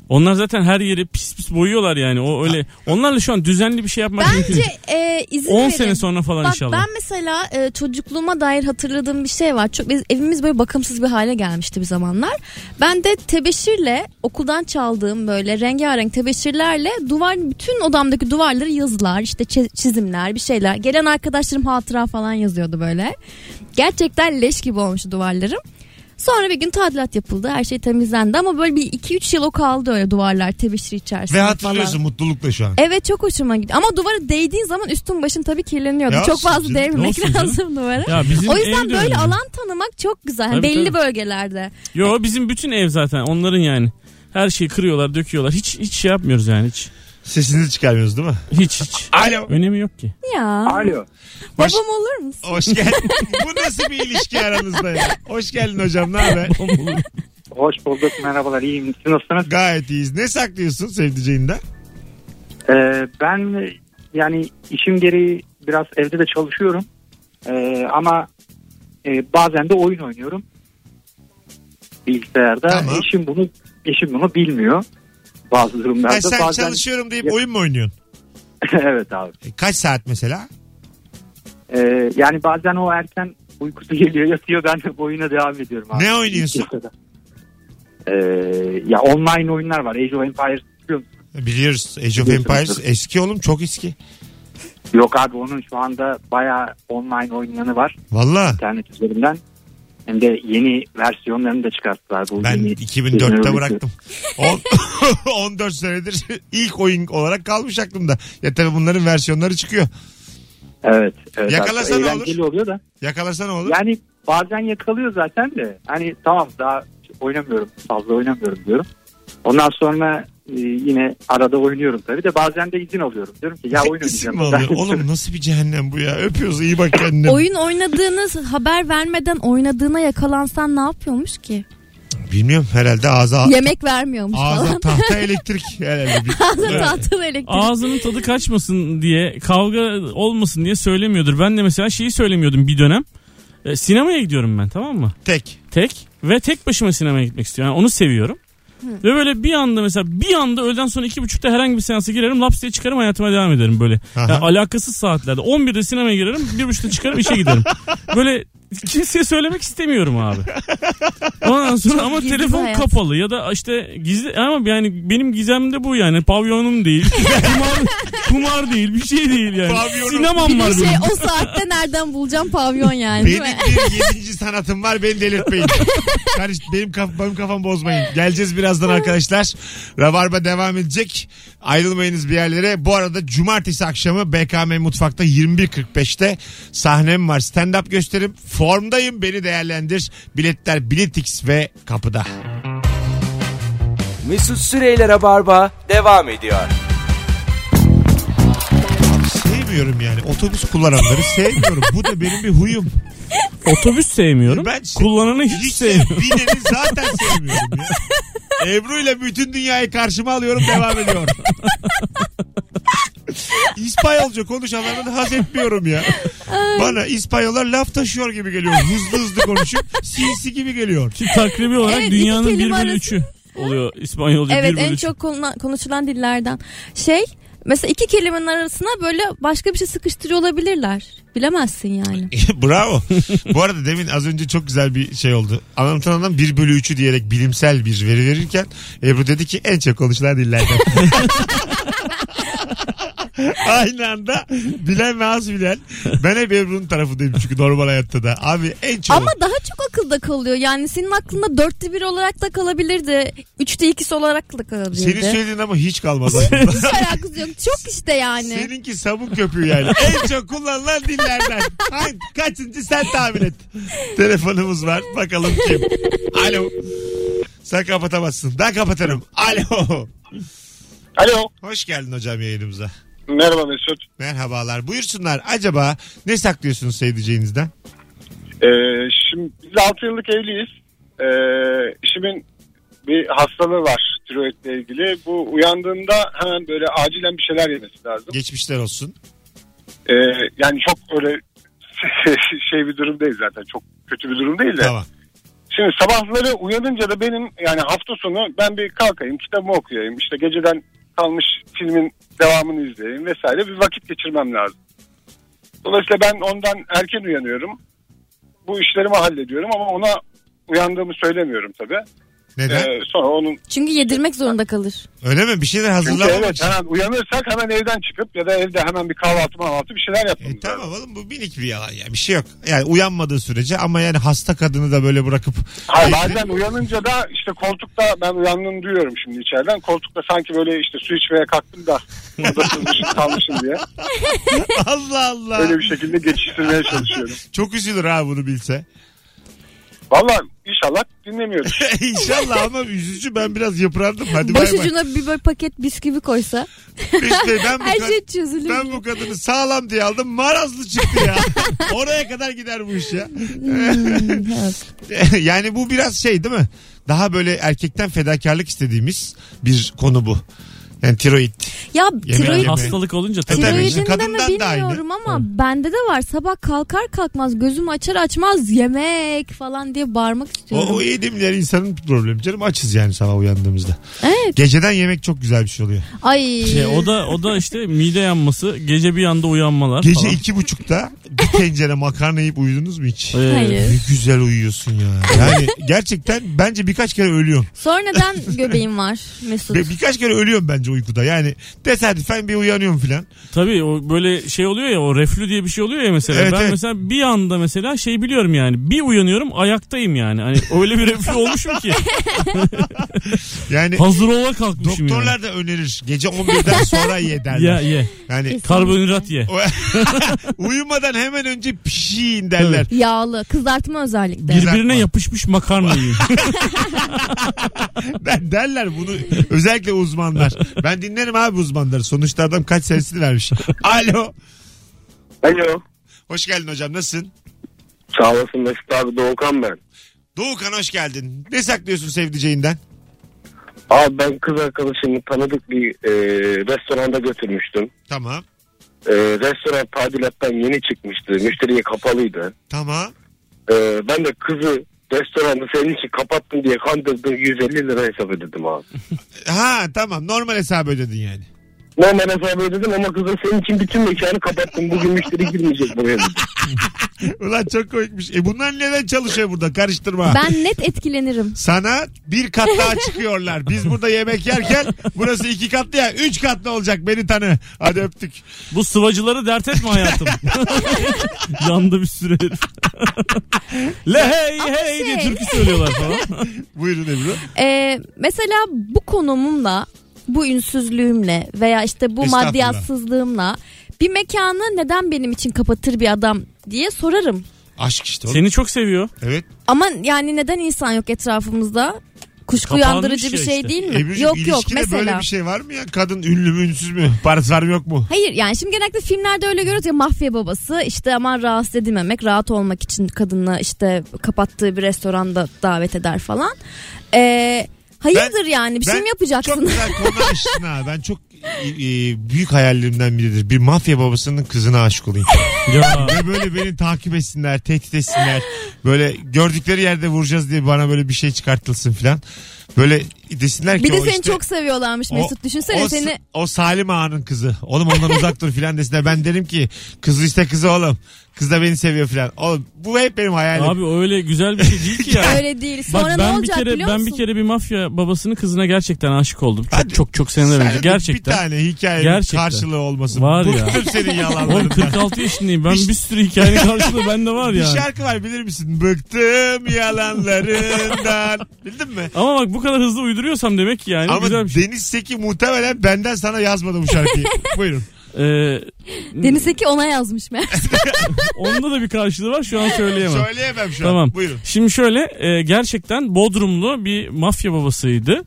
Speaker 4: Onlar zaten her yeri pis pis boyuyorlar yani. O öyle. Onlarla şu an düzenli bir şey yapmak mümkün
Speaker 3: Bence
Speaker 4: değil.
Speaker 3: e, izin
Speaker 4: 10
Speaker 3: verin.
Speaker 4: sene sonra falan
Speaker 3: Bak
Speaker 4: inşallah.
Speaker 3: ben mesela e, çocukluğuma dair hatırladığım bir şey var. Çok biz- evimiz böyle bakımsız bir hale gelmişti bir zamanlar. Ben de tebeşirle okuldan çaldığım böyle rengarenk tebeşirlerle duvar bütün odamdaki duvarları yazılar, işte çi- çizimler, bir şeyler. Gelen arkadaşlarım hatıra falan yazıyordu böyle. Gerçekten leş gibi olmuştu duvarlarım. Sonra bir gün tadilat yapıldı. Her şey temizlendi ama böyle bir 2-3 yıl o kaldı öyle duvarlar tebeşir içerisinde
Speaker 2: Ve
Speaker 3: falan.
Speaker 2: hatırlıyorsun mutlulukla şu an.
Speaker 3: Evet çok hoşuma gitti. Ama duvara değdiğin zaman üstün başın tabii kirleniyordu.
Speaker 2: Ya
Speaker 3: çok
Speaker 2: olsun
Speaker 3: fazla
Speaker 2: canım,
Speaker 3: değmemek
Speaker 4: olsun canım.
Speaker 3: lazım duvara.
Speaker 4: Ya bizim
Speaker 3: O
Speaker 4: ev
Speaker 3: yüzden
Speaker 4: de
Speaker 3: böyle
Speaker 4: öyle.
Speaker 3: alan tanımak çok güzel.
Speaker 4: Tabii,
Speaker 3: Belli
Speaker 4: tabii.
Speaker 3: bölgelerde.
Speaker 4: Yo bizim bütün ev zaten onların yani. Her şeyi kırıyorlar, döküyorlar. Hiç hiç şey yapmıyoruz yani hiç.
Speaker 2: Sesinizi çıkarmıyoruz değil mi?
Speaker 4: Hiç hiç.
Speaker 2: Alo.
Speaker 4: Önemi yok ki.
Speaker 3: Ya.
Speaker 5: Alo.
Speaker 2: Hoş,
Speaker 3: Babam olur musun?
Speaker 2: hoş geldin. Bu nasıl bir ilişki aranızda ya? Hoş geldin hocam ne haber?
Speaker 6: Hoş bulduk merhabalar iyiyim. Siz nasılsınız?
Speaker 2: Gayet iyiyiz. Ne saklıyorsun sevdiceğinden?
Speaker 6: Ee, ben yani işim gereği biraz evde de çalışıyorum. Ee, ama e, bazen de oyun oynuyorum. Bilgisayarda.
Speaker 2: Tamam.
Speaker 6: Eşim bunu eşim bunu bilmiyor. Bazı durumlarda.
Speaker 2: Ha, sen
Speaker 6: bazen...
Speaker 2: çalışıyorum deyip oyun mu oynuyorsun?
Speaker 6: evet abi.
Speaker 2: E, Kaç saat mesela?
Speaker 6: Ee, yani bazen o erken uykusu geliyor yatıyor ben de boyuna devam ediyorum abi.
Speaker 2: Ne oynuyorsun?
Speaker 6: Ee, ya online oyunlar var. Age of Empires biliyor musun?
Speaker 2: E, Biliyoruz Age of Empires eski oğlum çok eski.
Speaker 6: Yok abi onun şu anda bayağı online oynayanı var
Speaker 2: Valla
Speaker 6: internet üzerinden. Hem de yeni versiyonlarını da çıkarttılar. Bu
Speaker 2: ben
Speaker 6: yeni
Speaker 2: 2004'te
Speaker 6: teknolojisi.
Speaker 2: bıraktım. On- 14 senedir ilk oyun olarak kalmış aklımda. Ya tabii bunların versiyonları çıkıyor.
Speaker 6: Evet. evet
Speaker 2: Yakalasa
Speaker 6: abi.
Speaker 2: ne olur?
Speaker 6: Eğlenceli oluyor da.
Speaker 2: Yakalarsa ne olur?
Speaker 6: Yani bazen yakalıyor zaten de. Hani tamam daha oynamıyorum fazla oynamıyorum diyorum. Ondan sonra e, yine arada oynuyorum tabii de bazen de izin alıyorum. Diyorum ki ya oyun
Speaker 2: İsim
Speaker 6: oynayacağım.
Speaker 2: mi alıyor? Oğlum nasıl bir cehennem bu ya? Öpüyoruz iyi bak kendine.
Speaker 3: Oyun oynadığınız haber vermeden oynadığına yakalansan ne yapıyormuş ki?
Speaker 2: Bilmiyorum herhalde ağza
Speaker 3: Yemek vermiyormuş
Speaker 2: ağza
Speaker 3: falan.
Speaker 2: tahta elektrik herhalde. Bir-
Speaker 3: Ağza tahtalı elektrik.
Speaker 4: Ağzının tadı kaçmasın diye, kavga olmasın diye söylemiyordur. Ben de mesela şeyi söylemiyordum bir dönem. E, sinemaya gidiyorum ben tamam mı?
Speaker 2: Tek.
Speaker 4: Tek ve tek başıma sinemaya gitmek istiyorum. Yani onu seviyorum. Ve böyle bir anda mesela bir anda öğleden sonra iki buçukta herhangi bir seansa girerim. Laps diye çıkarım hayatıma devam ederim böyle.
Speaker 2: Aha.
Speaker 4: Yani alakasız saatlerde. 11'de sinemaya girerim. Bir buçukta çıkarım işe giderim. Böyle kimseye söylemek istemiyorum abi. Ondan sonra
Speaker 3: Çok
Speaker 4: ama
Speaker 3: gizli
Speaker 4: telefon
Speaker 3: hayat.
Speaker 4: kapalı ya da işte gizli ama yani benim gizemde bu yani. Pavyonum değil. kumar, kumar değil. Bir şey değil yani.
Speaker 2: Pavyonum.
Speaker 4: Sinemam
Speaker 3: Bir
Speaker 4: var
Speaker 3: şey
Speaker 4: benim.
Speaker 3: o saatte nereden bulacağım pavyon yani değil
Speaker 2: Benim
Speaker 3: mi?
Speaker 2: bir yedinci sanatım var beni delirtmeyin. Karış, benim, kaf, benim kafam bozmayın. Geleceğiz birazdan arkadaşlar. Rabarba devam edecek. Ayrılmayınız bir yerlere. Bu arada cumartesi akşamı BKM Mutfak'ta 21.45'te sahnem var. Stand-up gösterim. Formdayım beni değerlendir. Biletler Biletix ve kapıda.
Speaker 1: Mesut Süreyler'e barba devam ediyor.
Speaker 2: Sevmiyorum yani. Otobüs kullananları sevmiyorum. Bu da benim bir huyum.
Speaker 4: Otobüs sevmiyorum.
Speaker 2: Ben- şey-
Speaker 4: Kullananı hiç,
Speaker 2: Hiç
Speaker 4: sevmiyorum.
Speaker 2: bineni zaten sevmiyorum ya. Ebru ile bütün dünyayı karşıma alıyorum devam ediyor. İspanyolca konuşanlardan haz etmiyorum ya. Bana İspanyollar laf taşıyor gibi geliyor. Hızlı hızlı konuşup sinsi gibi geliyor.
Speaker 4: Takribi olarak
Speaker 3: Evet, iki
Speaker 4: dünyanın
Speaker 3: kelime
Speaker 4: 1 bölü
Speaker 3: arası.
Speaker 4: 3'ü. oluyor İspanyolca
Speaker 3: Evet
Speaker 4: bir bölü
Speaker 3: en
Speaker 4: üç.
Speaker 3: çok konula- konuşulan dillerden. Şey mesela iki kelimenin arasına böyle başka bir şey sıkıştırıyor olabilirler. Bilemezsin yani.
Speaker 2: Bravo. Bu arada demin az önce çok güzel bir şey oldu. Anlatan adam 1 bölü 3'ü diyerek bilimsel bir veri verirken Ebru dedi ki en çok konuşulan dillerden. Aynı anda bilen ve az bilen. Ben hep Ebru'nun tarafındayım çünkü normal hayatta da. Abi en çok.
Speaker 3: Ama daha çok akılda kalıyor. Yani senin aklında dörtte bir olarak da kalabilirdi. Üçte ikisi olarak da
Speaker 2: Senin
Speaker 3: kalabilirdi.
Speaker 2: söylediğin ama hiç kalmaz.
Speaker 3: Hiç alakası yok. Çok işte yani.
Speaker 2: Seninki sabun köpüğü yani. en çok kullanılan dillerden. Hangi- Kaçıncı sen tahmin et. Telefonumuz var. Bakalım kim. Alo. Sen kapatamazsın. Ben kapatırım. Alo.
Speaker 5: Alo.
Speaker 2: Hoş geldin hocam yayınımıza.
Speaker 5: Merhaba Mesut.
Speaker 2: Merhabalar. Buyursunlar. Acaba ne saklıyorsunuz sevdiceğinizden?
Speaker 5: Ee, şimdi biz 6 yıllık evliyiz. Ee, eşimin bir hastalığı var tiroidle ilgili. Bu uyandığında hemen böyle acilen bir şeyler yemesi lazım.
Speaker 2: Geçmişler olsun.
Speaker 5: Ee, yani çok öyle şey bir durum değil zaten. Çok kötü bir durum değil de.
Speaker 2: Tamam.
Speaker 5: Şimdi sabahları uyanınca da benim yani hafta sonu ben bir kalkayım kitabımı okuyayım işte geceden kalmış filmin devamını izleyeyim vesaire bir vakit geçirmem lazım. Dolayısıyla ben ondan erken uyanıyorum. Bu işlerimi hallediyorum ama ona uyandığımı söylemiyorum tabii.
Speaker 2: Neden?
Speaker 5: Ee, sonra onun
Speaker 3: Çünkü yedirmek zorunda kalır.
Speaker 2: Öyle mi? Bir şeyler
Speaker 5: çünkü
Speaker 2: hazırlamak
Speaker 5: evet
Speaker 2: için.
Speaker 5: hemen uyanırsak hemen evden çıkıp ya da evde hemen bir kahvaltı mahvaltı bir şeyler
Speaker 2: E,
Speaker 5: yapmamız lazım.
Speaker 2: tamam oğlum bu minik bir yalan ya. Bir şey yok. Yani uyanmadığı sürece ama yani hasta kadını da böyle bırakıp.
Speaker 5: Hayır, bazen uyanınca da işte koltukta ben uyandığını duyuyorum şimdi içeriden. Koltukta sanki böyle işte su içmeye kalktım da odasızmışım kalmışım diye.
Speaker 2: Allah Allah.
Speaker 5: Böyle bir şekilde geçiştirmeye çalışıyorum.
Speaker 2: Çok üzülür ha bunu bilse.
Speaker 5: Valla inşallah dinlemiyoruz.
Speaker 2: İnşallah ama üzücü ben biraz yıprandım. Hadi bay bay.
Speaker 3: Başucuna bir böyle paket bisküvi koysa
Speaker 2: İşte ben bu,
Speaker 3: her
Speaker 2: kad-
Speaker 3: şey çözülür.
Speaker 2: ben bu kadını sağlam diye aldım. Marazlı çıktı ya. Oraya kadar gider bu iş ya.
Speaker 3: Hmm, evet.
Speaker 2: yani bu biraz şey değil mi? Daha böyle erkekten fedakarlık istediğimiz bir konu bu. Yani tiroid.
Speaker 3: Ya
Speaker 2: Yemeğe
Speaker 3: tiroid
Speaker 2: yemeğe.
Speaker 4: Hastalık olunca tabii.
Speaker 2: Tabii.
Speaker 4: böyle.
Speaker 2: Bizim
Speaker 3: Tiroidinde mi
Speaker 2: kadından da aynı.
Speaker 3: bilmiyorum ama bende de var. Sabah kalkar kalkmaz gözümü açar açmaz yemek falan diye bağırmak
Speaker 2: O,
Speaker 3: istiyorum.
Speaker 2: o yedimler insanın problemi canım. Açız yani sabah uyandığımızda.
Speaker 3: Evet.
Speaker 2: Geceden yemek çok güzel bir şey oluyor.
Speaker 3: Ay.
Speaker 4: Şey, o da o da işte mide yanması, gece bir anda uyanmalar
Speaker 2: Gece
Speaker 4: falan.
Speaker 2: iki buçukta bir tencere makarna yiyip uyudunuz mu hiç?
Speaker 4: Ee,
Speaker 3: Hayır.
Speaker 2: Ne güzel uyuyorsun ya. Yani gerçekten bence birkaç kere ölüyorum.
Speaker 3: Sonra neden göbeğim var Mesut?
Speaker 2: Ve birkaç kere ölüyorum bence uykuda. Yani tesadüfen bir uyanıyorum filan.
Speaker 4: Tabii o böyle şey oluyor ya o reflü diye bir şey oluyor ya mesela.
Speaker 2: Evet,
Speaker 4: ben
Speaker 2: evet.
Speaker 4: mesela bir anda mesela şey biliyorum yani. Bir uyanıyorum ayaktayım yani. Hani öyle bir reflü olmuşum ki.
Speaker 2: Yani
Speaker 4: Hazır ola kalkmışım
Speaker 2: doktorlar da önerir. Gece 11'den sonra ye
Speaker 4: yani. Ya
Speaker 2: derler.
Speaker 4: ye.
Speaker 2: Yani
Speaker 4: Karbonhidrat ye.
Speaker 2: uyumadan hemen önce pişiyin derler.
Speaker 3: Yağlı. Kızartma özellikle.
Speaker 4: Birbirine
Speaker 2: Kızartma.
Speaker 4: yapışmış makarna yiyin.
Speaker 2: Der- derler bunu özellikle uzmanlar. Ben dinlerim abi uzmanları. Sonuçta adam kaç senesini vermiş. Alo.
Speaker 5: Alo.
Speaker 2: Hoş geldin hocam. Nasılsın?
Speaker 5: Sağ olasın Mesut abi Doğukan ben.
Speaker 2: Doğukan hoş geldin. Ne saklıyorsun sevdiceğinden?
Speaker 5: Abi ben kız arkadaşımı tanıdık bir e, restoranda götürmüştüm.
Speaker 2: Tamam.
Speaker 5: E, restoran tadilattan yeni çıkmıştı. Müşteriye kapalıydı.
Speaker 2: Tamam.
Speaker 5: Ee, ben de kızı restoranda senin için kapattım diye kandırdım 150 lira hesap ödedim abi.
Speaker 2: Ha tamam. Normal hesabı ödedin yani.
Speaker 5: Normal hesap ödedim ama kıza senin için bütün mekanı kapattım. Bugün müşteri girmeyecek buraya dedim.
Speaker 2: Ulan çok komikmiş. E bunlar neden çalışıyor burada? Karıştırma.
Speaker 3: Ben net etkilenirim.
Speaker 2: Sana bir kat daha çıkıyorlar. Biz burada yemek yerken burası iki katlı ya. Üç katlı olacak beni tanı. Hadi öptük.
Speaker 4: Bu sıvacıları dert etme hayatım. Yandı bir sürü herif. Le hey hey diye
Speaker 3: şey-
Speaker 4: türkü söylüyorlar falan.
Speaker 2: Buyurun Ebru.
Speaker 3: Ee, mesela bu konumumla, bu ünsüzlüğümle veya işte bu
Speaker 2: Estağfurullah.
Speaker 3: maddiyatsızlığımla bir mekanı neden benim için kapatır bir adam diye sorarım.
Speaker 2: Aşk işte. oğlum.
Speaker 4: Seni çok seviyor.
Speaker 2: Evet.
Speaker 3: Ama yani neden insan yok etrafımızda? Kuşku
Speaker 4: Kapanmış
Speaker 3: uyandırıcı bir
Speaker 4: ya
Speaker 3: şey
Speaker 4: işte. E
Speaker 3: değil mi?
Speaker 2: Ebru'cum
Speaker 3: yok
Speaker 2: ilişkide
Speaker 3: yok mesela.
Speaker 2: böyle bir şey var mı ya? Kadın ünlü mü ünsüz mü? Parası var mı yok mu?
Speaker 3: Hayır yani şimdi genellikle filmlerde öyle görüyoruz ya mafya babası işte aman rahatsız edilmemek rahat olmak için kadını işte kapattığı bir restoranda davet eder falan. Ee, hayırdır yani bir şey
Speaker 2: ben
Speaker 3: mi yapacaksın?
Speaker 2: Çok güzel konu açtın ha. Ben çok e, e, büyük hayallerimden biridir. Bir mafya babasının kızına aşık olayım.
Speaker 4: Ya.
Speaker 2: Ve böyle beni takip etsinler, tehdit etsinler. Böyle gördükleri yerde vuracağız diye bana böyle bir şey çıkartılsın falan. Böyle desinler ki
Speaker 3: Bir de
Speaker 2: o
Speaker 3: seni
Speaker 2: işte-
Speaker 3: çok seviyorlarmış Mesut. Düşünsene
Speaker 2: o,
Speaker 3: seni
Speaker 2: o Salim Ağa'nın kızı. Oğlum ondan uzak dur filan desinler. Ben derim ki kızı işte kızı oğlum. Kız da beni seviyor filan. Oğlum bu hep benim hayalim.
Speaker 4: Abi o öyle güzel bir şey değil ki ya.
Speaker 3: öyle değil.
Speaker 4: Bak
Speaker 3: Sonra ne
Speaker 4: ben bir
Speaker 3: olacak
Speaker 4: kere
Speaker 3: biliyor
Speaker 4: ben
Speaker 3: musun?
Speaker 4: bir kere bir mafya babasının kızına gerçekten aşık oldum. Çok
Speaker 2: Hadi.
Speaker 4: çok çok seneler
Speaker 2: Sen
Speaker 4: önce
Speaker 2: de Bir
Speaker 4: gerçekten.
Speaker 2: tane hikayenin
Speaker 4: Gerçekten.
Speaker 2: karşılığı olması.
Speaker 4: Var ya.
Speaker 2: Bıktım senin
Speaker 4: Oğlum
Speaker 2: yalanlarından.
Speaker 4: 46 yaşındayım. Ben bir sürü hikayenin karşılığı bende var
Speaker 2: Bir şey-
Speaker 4: ya.
Speaker 2: şarkı var bilir misin? Bıktım yalanlarından. Bildin mi?
Speaker 4: Ama bak bu kadar hızlı uyduruyorsam demek ki yani
Speaker 2: Ama
Speaker 4: güzel bir şey.
Speaker 2: Deniz Seki muhtemelen benden sana yazmadı bu şarkıyı. Buyurun.
Speaker 4: Ee,
Speaker 3: Deniz Eki ona yazmış meğer.
Speaker 4: onda da bir karşılığı var şu an söyleyemem.
Speaker 2: Söyleyemem şu an.
Speaker 4: Tamam.
Speaker 2: Buyurun.
Speaker 4: Şimdi şöyle e, gerçekten Bodrumlu bir mafya babasıydı.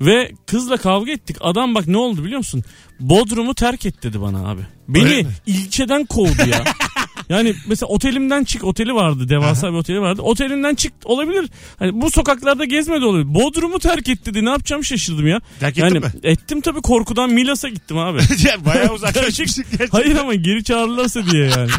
Speaker 4: Ve kızla kavga ettik. Adam bak ne oldu biliyor musun? Bodrum'u terk et dedi bana abi.
Speaker 2: Öyle
Speaker 4: Beni
Speaker 2: mi?
Speaker 4: ilçeden kovdu ya. Yani mesela otelimden çık oteli vardı devasa bir oteli vardı otelinden çık olabilir hani bu sokaklarda gezme de olabilir Bodrum'u terk etti dedi ne yapacağım şaşırdım ya
Speaker 2: Terk ettin
Speaker 4: yani
Speaker 2: mi?
Speaker 4: ettim tabii korkudan Milas'a gittim abi
Speaker 2: Ya Bayağı uzaklaşmıştık gerçekten.
Speaker 4: hayır ama geri çağırırlarsa diye yani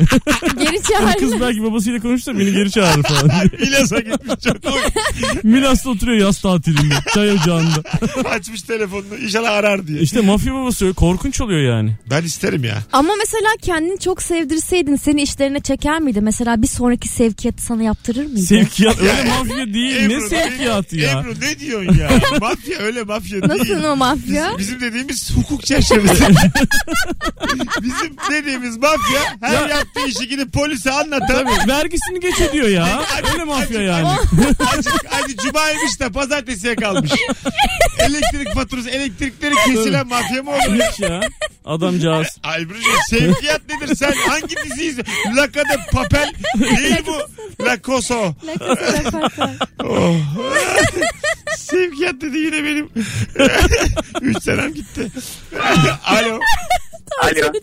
Speaker 4: Hani
Speaker 3: Geri
Speaker 4: kız
Speaker 3: çağırdı.
Speaker 4: belki babasıyla konuştu beni geri çağırır falan diye.
Speaker 2: Milas'a gitmiş çok komik.
Speaker 4: Milas'ta oturuyor yaz tatilinde çay ocağında.
Speaker 2: Açmış telefonunu inşallah arar diye.
Speaker 4: İşte mafya babası öyle korkunç oluyor yani.
Speaker 2: Ben isterim ya.
Speaker 3: Ama mesela kendini çok sevdirseydin seni işlerine çeker miydi? Mesela bir sonraki sevkiyatı sana yaptırır mıydı?
Speaker 4: Sevkiyat öyle mafya değil ne
Speaker 2: Ebru,
Speaker 4: sevkiyatı ya.
Speaker 2: Ebru ne diyorsun ya? mafya öyle mafya değil.
Speaker 3: Nasıl o mafya?
Speaker 2: Biz- bizim dediğimiz hukuk çerçevesi. bizim dediğimiz mafya her yaptığı işi gidip polise anlatan
Speaker 4: Tabii vergisini geç ödüyor ya. Öyle mafya yani.
Speaker 2: Azıcık hadi cumaymış da pazartesiye kalmış. Elektrik faturası elektrikleri kesilen mafya mı olur?
Speaker 4: Hiç ya. Adamcağız.
Speaker 2: Albrucuğum sevkiyat nedir sen hangi dizi izliyorsun? La Casa de Papel değil bu. La Coso. Oh. sevkiyat dedi yine benim. Üç senem gitti. Alo.
Speaker 5: Alo.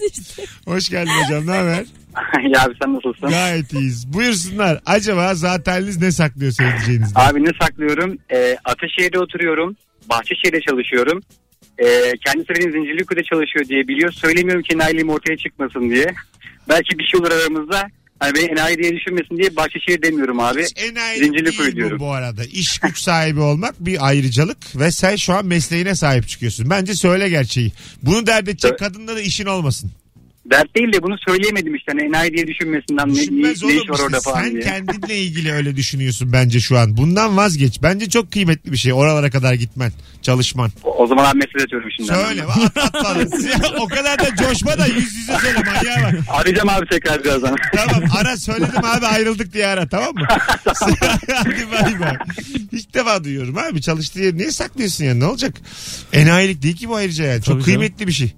Speaker 2: Hoş geldin hocam ne haber?
Speaker 5: ya abi sen nasılsın?
Speaker 2: Gayet iyiyiz. Buyursunlar. Acaba zateniniz ne saklıyor söyleyeceğinizde?
Speaker 5: Abi ne saklıyorum? Ee, Ataşehir'de oturuyorum. Bahçeşehir'de çalışıyorum. Ee, kendisi benim Zincirlikuyu'da çalışıyor diye biliyor. Söylemiyorum ki enayiliğim ortaya çıkmasın diye. Belki bir şey olur aramızda. Hani beni enayi diye düşünmesin diye Bahçeşehir demiyorum abi.
Speaker 2: Enayi
Speaker 5: Zincirlik
Speaker 2: değil bu,
Speaker 5: ödüyorum.
Speaker 2: bu arada. İş güç sahibi olmak bir ayrıcalık ve sen şu an mesleğine sahip çıkıyorsun. Bence söyle gerçeği. Bunu dert edecek
Speaker 5: Evet.
Speaker 2: kadında da işin olmasın.
Speaker 5: Dert değil de bunu söyleyemedim işte. Hani enayi diye düşünmesinden ne,
Speaker 2: Düşünmez
Speaker 5: ne, ne
Speaker 2: oğlum
Speaker 5: iş var
Speaker 2: işte.
Speaker 5: orada falan
Speaker 2: Sen
Speaker 5: diye.
Speaker 2: kendinle ilgili öyle düşünüyorsun bence şu an. Bundan vazgeç. Bence çok kıymetli bir şey oralara kadar gitmen, çalışman.
Speaker 5: O, o zaman abi mesaj atıyorum şimdi.
Speaker 2: Söyle at, at bana. Ya, o kadar da coşma da yüz yüze söyle manyağa bak.
Speaker 5: Arayacağım abi tekrar birazdan.
Speaker 2: Tamam ara söyledim abi ayrıldık diye ara tamam mı? Hadi bay bay. İlk defa duyuyorum abi çalıştığı yeri niye saklıyorsun ya ne olacak? Enayilik değil ki bu ayrıca yani. Çok
Speaker 4: Tabii
Speaker 2: kıymetli bir şey.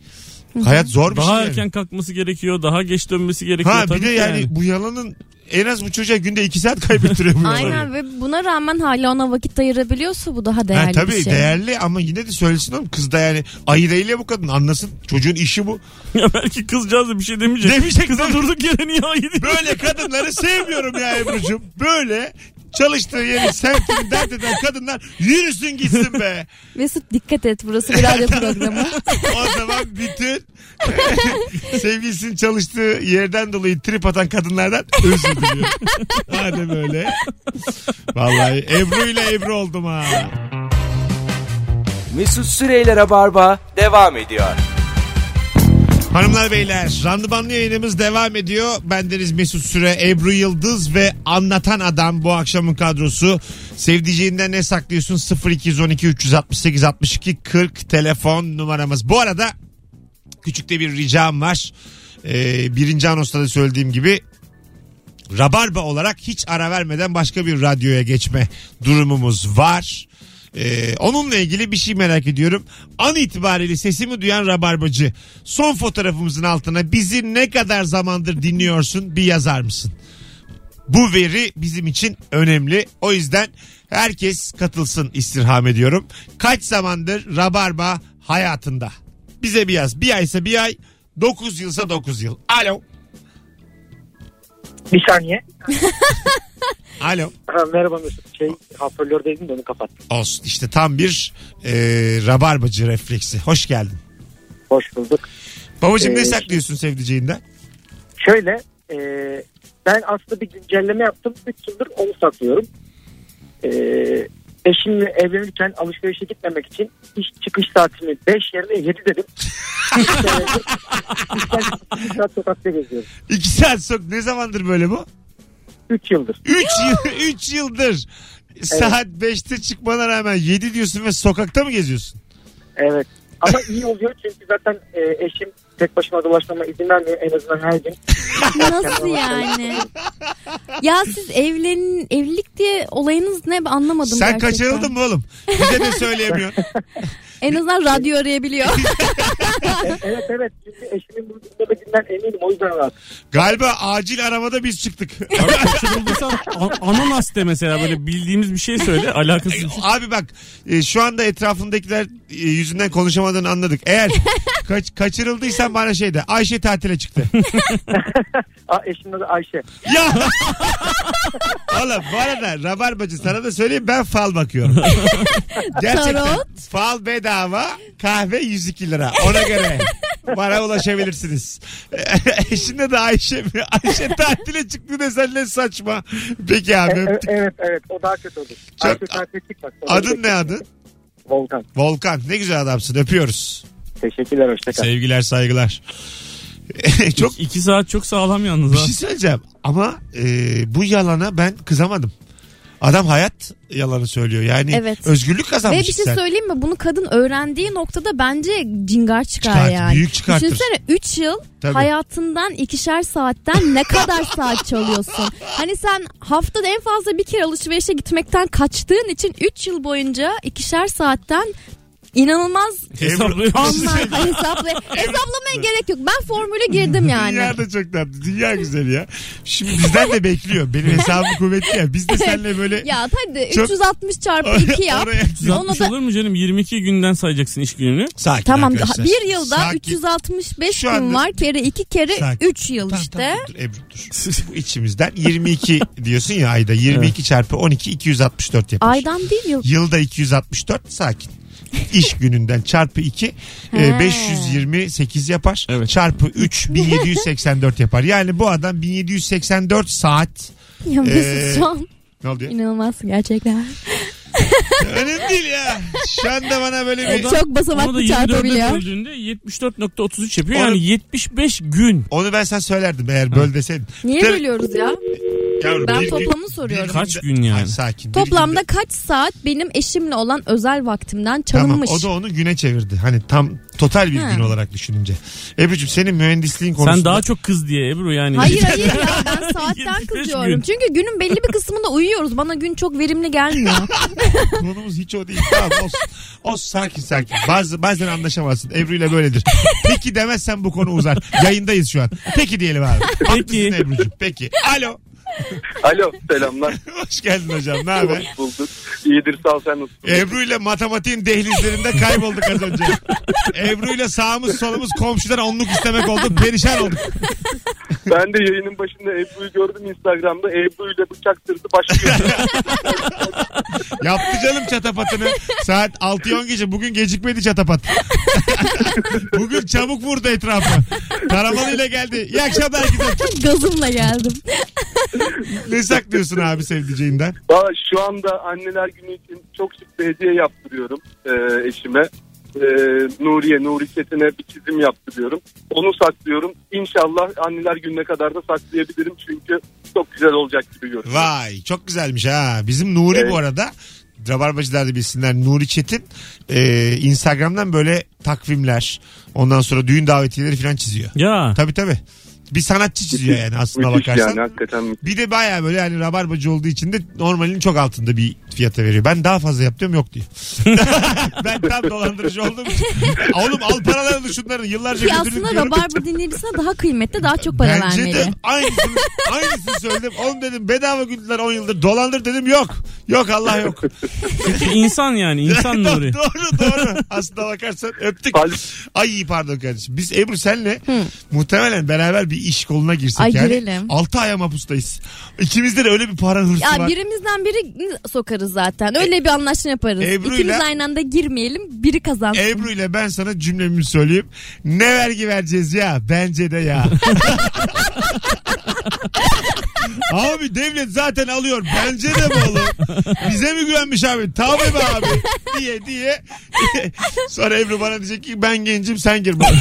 Speaker 2: Hayat zor bir
Speaker 4: Daha
Speaker 2: şey.
Speaker 4: erken
Speaker 2: yani.
Speaker 4: kalkması gerekiyor. Daha geç dönmesi gerekiyor.
Speaker 2: Ha
Speaker 4: tabii
Speaker 2: bir de
Speaker 4: ki
Speaker 2: yani, bu yalanın en az bu çocuğa günde iki saat kaybettiriyor bu yalan.
Speaker 3: Aynen ve buna rağmen hala ona vakit ayırabiliyorsa bu daha değerli
Speaker 2: Ha, tabii
Speaker 3: bir şey.
Speaker 2: değerli ama yine de söylesin oğlum kız da yani ayı değil ya bu kadın anlasın çocuğun işi bu.
Speaker 4: Ya belki kızcağız da bir şey demeyecek.
Speaker 2: Demeyecek
Speaker 4: Kıza durduk yere niye ayı diyor?
Speaker 2: Böyle kadınları sevmiyorum ya Ebru'cum. Böyle çalıştığı yeri sevkini dert eden kadınlar yürüsün gitsin be.
Speaker 3: Mesut dikkat et burası bir radyo programı.
Speaker 2: O zaman bütün sevgilisinin çalıştığı yerden dolayı trip atan kadınlardan özür diliyorum. Madem öyle. Vallahi Ebru ile Ebru oldum ha.
Speaker 1: Mesut Süreyler'e barba devam ediyor.
Speaker 2: Hanımlar beyler randımanlı yayınımız devam ediyor. Bendeniz Mesut Süre, Ebru Yıldız ve Anlatan Adam bu akşamın kadrosu. Sevdiceğinden ne saklıyorsun? 0212 368 62 40 telefon numaramız. Bu arada küçük de bir ricam var. Ee, birinci anosta da söylediğim gibi Rabarba olarak hiç ara vermeden başka bir radyoya geçme durumumuz var. Ee, onunla ilgili bir şey merak ediyorum. An itibariyle sesimi duyan rabarbacı son fotoğrafımızın altına bizi ne kadar zamandır dinliyorsun bir yazar mısın? Bu veri bizim için önemli. O yüzden herkes katılsın istirham ediyorum. Kaç zamandır Rabarba hayatında? Bize bir yaz. Bir aysa bir ay, 9 yılsa 9 yıl. Alo.
Speaker 9: Bir saniye.
Speaker 2: Alo.
Speaker 9: merhaba Mesut. Şey, hoparlördeydim de onu kapattım.
Speaker 2: Olsun. İşte tam bir e, rabarbacı refleksi. Hoş geldin.
Speaker 9: Hoş bulduk.
Speaker 2: Babacım ne
Speaker 9: Ee,
Speaker 2: saklıyorsun sevdiceğinden?
Speaker 9: Şöyle e, ben aslında bir güncelleme yaptım. 3 yıldır onu saklıyorum. E, Eşimle evlenirken alışverişe gitmemek için iş çıkış saatini 5 yerine 7 dedim. İki senedir- iki saat- iki saat sokakta geziyorum.
Speaker 2: İki saat sok. Ne zamandır böyle bu?
Speaker 9: 3 yıldır.
Speaker 2: Üç, yıl, üç yıldır. Saat beşte çıkmana rağmen yedi diyorsun ve sokakta mı geziyorsun?
Speaker 9: Evet. Ama iyi oluyor çünkü zaten e, eşim tek başıma dolaşmama izin vermiyor en azından her gün.
Speaker 3: Nasıl yani? Ya siz evlen evlilik diye olayınız ne Ben
Speaker 2: Sen
Speaker 3: anlamadım gerçekten.
Speaker 2: kaçırıldın mı oğlum? Bize de söyleyemiyorsun.
Speaker 3: En azından radyo arayabiliyor.
Speaker 9: Evet evet çünkü eşimin bunu dinlemediğinden eminim o yüzden rahat.
Speaker 2: Galiba acil aramada biz çıktık.
Speaker 4: Kaçırıldıysan an- ananas de mesela böyle bildiğimiz bir şey söyle alakasız bir şey.
Speaker 2: Abi bak e, şu anda etrafındakiler e, yüzünden konuşamadığını anladık. Eğer kaç, kaçırıldıysan bana şey de Ayşe tatile çıktı.
Speaker 9: Aa, eşimin adı Ayşe.
Speaker 2: ya. Oğlum bu arada Rabarbacı sana da söyleyeyim ben fal bakıyorum. Gerçekten
Speaker 3: Tarot.
Speaker 2: fal bedava kahve 102 lira ona göre bana ulaşabilirsiniz. Şimdi de Ayşe mi? Ayşe tatile çıktı desen ne saçma. Peki abi
Speaker 9: E- e-
Speaker 2: öptük.
Speaker 9: evet evet o daha kötü olur.
Speaker 2: Çok-
Speaker 9: Ayşe tatile çıkmak.
Speaker 2: Adın ne adın?
Speaker 9: Volkan.
Speaker 2: Volkan ne güzel adamsın öpüyoruz.
Speaker 9: Teşekkürler hoşçakal.
Speaker 2: Sevgiler saygılar. Çok
Speaker 4: İki saat çok sağlam yalnız
Speaker 2: bir
Speaker 4: ha.
Speaker 2: şey söyleyeceğim ama e, bu yalana ben kızamadım. Adam hayat yalanı söylüyor. Yani
Speaker 3: Evet.
Speaker 2: özgürlük
Speaker 3: Ve
Speaker 2: kazanmış
Speaker 3: bir şey
Speaker 2: sen.
Speaker 3: söyleyeyim mi? Bunu kadın öğrendiği noktada bence cingar çıkar,
Speaker 2: Çıkar,
Speaker 3: yani.
Speaker 2: büyük çıkartır.
Speaker 3: Düşünsene 3 yıl
Speaker 2: Tabii.
Speaker 3: hayatından ikişer saatten ne kadar saat çalıyorsun? Hani sen haftada en fazla bir kere alışverişe gitmekten kaçtığın için 3 yıl boyunca ikişer saatten inanılmaz
Speaker 4: Hesaplıyor.
Speaker 2: şey
Speaker 3: anlar hesapla hesaplamaya gerek yok. Ben formüle girdim yani.
Speaker 2: Dünya da çok tatlı. Dünya güzel ya. Şimdi bizden de bekliyor. Benim hesabım kuvvetli ya. Biz de seninle böyle
Speaker 3: Ya hadi
Speaker 2: Çok-
Speaker 3: 360 çarpı 2 yap.
Speaker 2: oraya
Speaker 4: Düzeltmiş
Speaker 3: Ona da-
Speaker 4: olur mu canım? 22 günden sayacaksın iş gününü.
Speaker 2: Sakin
Speaker 3: Tamam
Speaker 2: arkadaşlar.
Speaker 3: bir yılda
Speaker 2: Sakin.
Speaker 3: 365
Speaker 2: Şu anda-
Speaker 3: gün var kere 2 kere
Speaker 2: Sakin.
Speaker 3: 3 yıl
Speaker 2: Tamam,
Speaker 3: işte.
Speaker 2: tamam, dur, Ebru dur. Bu içimizden 22 diyorsun ya ayda. 22 çarpı 12 264 yapar.
Speaker 3: Aydan değil yıl.
Speaker 2: Yılda 264 sakin. İş gününden çarpı 2 e,
Speaker 3: He.
Speaker 2: 528 yapar.
Speaker 4: Evet.
Speaker 2: Çarpı 3 1784 yapar. Yani bu adam 1784 saat
Speaker 3: Ya
Speaker 2: Ee,
Speaker 3: biz şu an
Speaker 2: ne oluyor?
Speaker 3: inanılmaz gerçekten.
Speaker 2: Önemli değil ya. Şu anda bana böyle bir...
Speaker 4: O da-
Speaker 3: Ee, Çok basamaklı
Speaker 4: Onu da 24'e
Speaker 3: çarpabiliyor.
Speaker 4: böldüğünde 74.33 yapıyor.
Speaker 2: Onu-
Speaker 4: Yani 75 gün.
Speaker 2: Onu ben sen söylerdim eğer böl deseydin.
Speaker 3: Niye
Speaker 2: Tabii-
Speaker 3: bölüyoruz ya?
Speaker 2: Yavrum,
Speaker 3: Ben
Speaker 2: bir-
Speaker 3: toplamını
Speaker 2: bir-
Speaker 3: soruyorum.
Speaker 4: Kaç
Speaker 2: bir-
Speaker 4: gün yani?
Speaker 2: Ay, sakin. Bir
Speaker 3: Toplamda
Speaker 2: günde-
Speaker 3: kaç saat benim eşimle olan özel vaktimden
Speaker 2: Tamam
Speaker 3: çalınmış?
Speaker 2: o da onu güne çevirdi. Hani tam total bir
Speaker 3: Ha.
Speaker 2: gün olarak düşününce. Ebru'cum senin mühendisliğin konusunda...
Speaker 4: Sen daha çok kız diye Ebru yani.
Speaker 3: Hayır hayır ya ben saatten
Speaker 4: 75
Speaker 3: kızıyorum.
Speaker 4: gün.
Speaker 3: Çünkü günün belli bir kısmında uyuyoruz. Bana gün çok verimli gelmiyor.
Speaker 2: Konumuz hiç o değil. Tamam olsun. Olsun, sakin sakin. Bazı, bazen anlaşamazsın. Ebru ile böyledir. Peki demezsen bu konu uzar. Yayındayız şu an. Peki diyelim abi. Haklısın Ebru'cum. Peki. Alo.
Speaker 5: Alo selamlar.
Speaker 2: Hoş geldin hocam. Ne haber?
Speaker 5: Hoş bulduk. İyidir sağ ol sen nasılsın?
Speaker 2: Ebru ile matematiğin dehlizlerinde kaybolduk az önce. Ebru ile sağımız solumuz komşudan onluk istemek oldu. Perişan olduk.
Speaker 5: Ben de yayının başında Ebru'yu gördüm Instagram'da. Ebru ile bıçak sırtı başlıyor.
Speaker 2: Yaptı canım çatapatını. Saat 6-10 gece. Bugün gecikmedi çatapat. Bugün çabuk vurdu etrafı. Karamalıyla geldi. İyi akşamlar herkese.
Speaker 3: Gazımla geldim.
Speaker 2: Ne saklıyorsun abi sevdiceğinden?
Speaker 5: Valla şu anda anneler günü için çok şık bir hediye yaptırıyorum e, eşime. E, Nuriye, Nuri Çetin'e bir çizim yaptırıyorum. Onu saklıyorum. İnşallah anneler gününe kadar da saklayabilirim çünkü çok güzel olacak gibi görünüyor.
Speaker 2: Vay çok güzelmiş ha. Bizim Nuri
Speaker 5: Evet.
Speaker 2: bu arada. Rabarbacılar da bilsinler. Nuri Çetin e, Instagram'dan böyle takvimler ondan sonra düğün davetiyeleri falan çiziyor.
Speaker 4: Ya.
Speaker 2: Tabii tabii. Bir sanatçı çiziyor yani aslında
Speaker 5: Müthiş
Speaker 2: bakarsan.
Speaker 5: yani hakikaten müthiş.
Speaker 2: Bir de baya böyle yani rabarbacı olduğu için de normalinin çok altında bir fiyata veriyor. Ben daha fazla yap diyorum yok diyor. ben tam dolandırıcı oldum. Oğlum al paralarını şunların yıllarca
Speaker 3: Ki
Speaker 2: götürüp
Speaker 3: aslında
Speaker 2: diyorum.
Speaker 3: rabarba dinleyicisine daha kıymetli daha çok para
Speaker 2: Bence
Speaker 3: vermeli.
Speaker 2: de aynısını, aynısını söyledim. Oğlum dedim bedava güldüler 10 yıldır. Dolandır dedim yok. Yok Allah yok.
Speaker 4: Çünkü insan yani insan Nuri.
Speaker 2: doğru doğru. Aslında bakarsan öptük. Ay pardon kardeşim. Biz Ebru senle muhtemelen beraber bir iş koluna girsek
Speaker 3: Ay,
Speaker 2: yani.
Speaker 3: girelim.
Speaker 2: 6 aya mapustayız. İkimizde de öyle bir para hırsı
Speaker 3: Ya
Speaker 2: var.
Speaker 3: birimizden biri sokarız zaten. Öyle bir anlaşma yaparız.
Speaker 2: Ebru'yla-
Speaker 3: İkimiz aynı anda girmeyelim. Biri kazansın.
Speaker 2: Ebru ile ben sana cümlemi söyleyeyim. Ne vergi vereceğiz ya? Bence de ya. Abi devlet zaten alıyor. Bence de bu oğlum. Bize mi güvenmiş abi? Tabii be abi. Diye diye. Sonra Ebru bana diyecek ki ben gencim sen gir bana.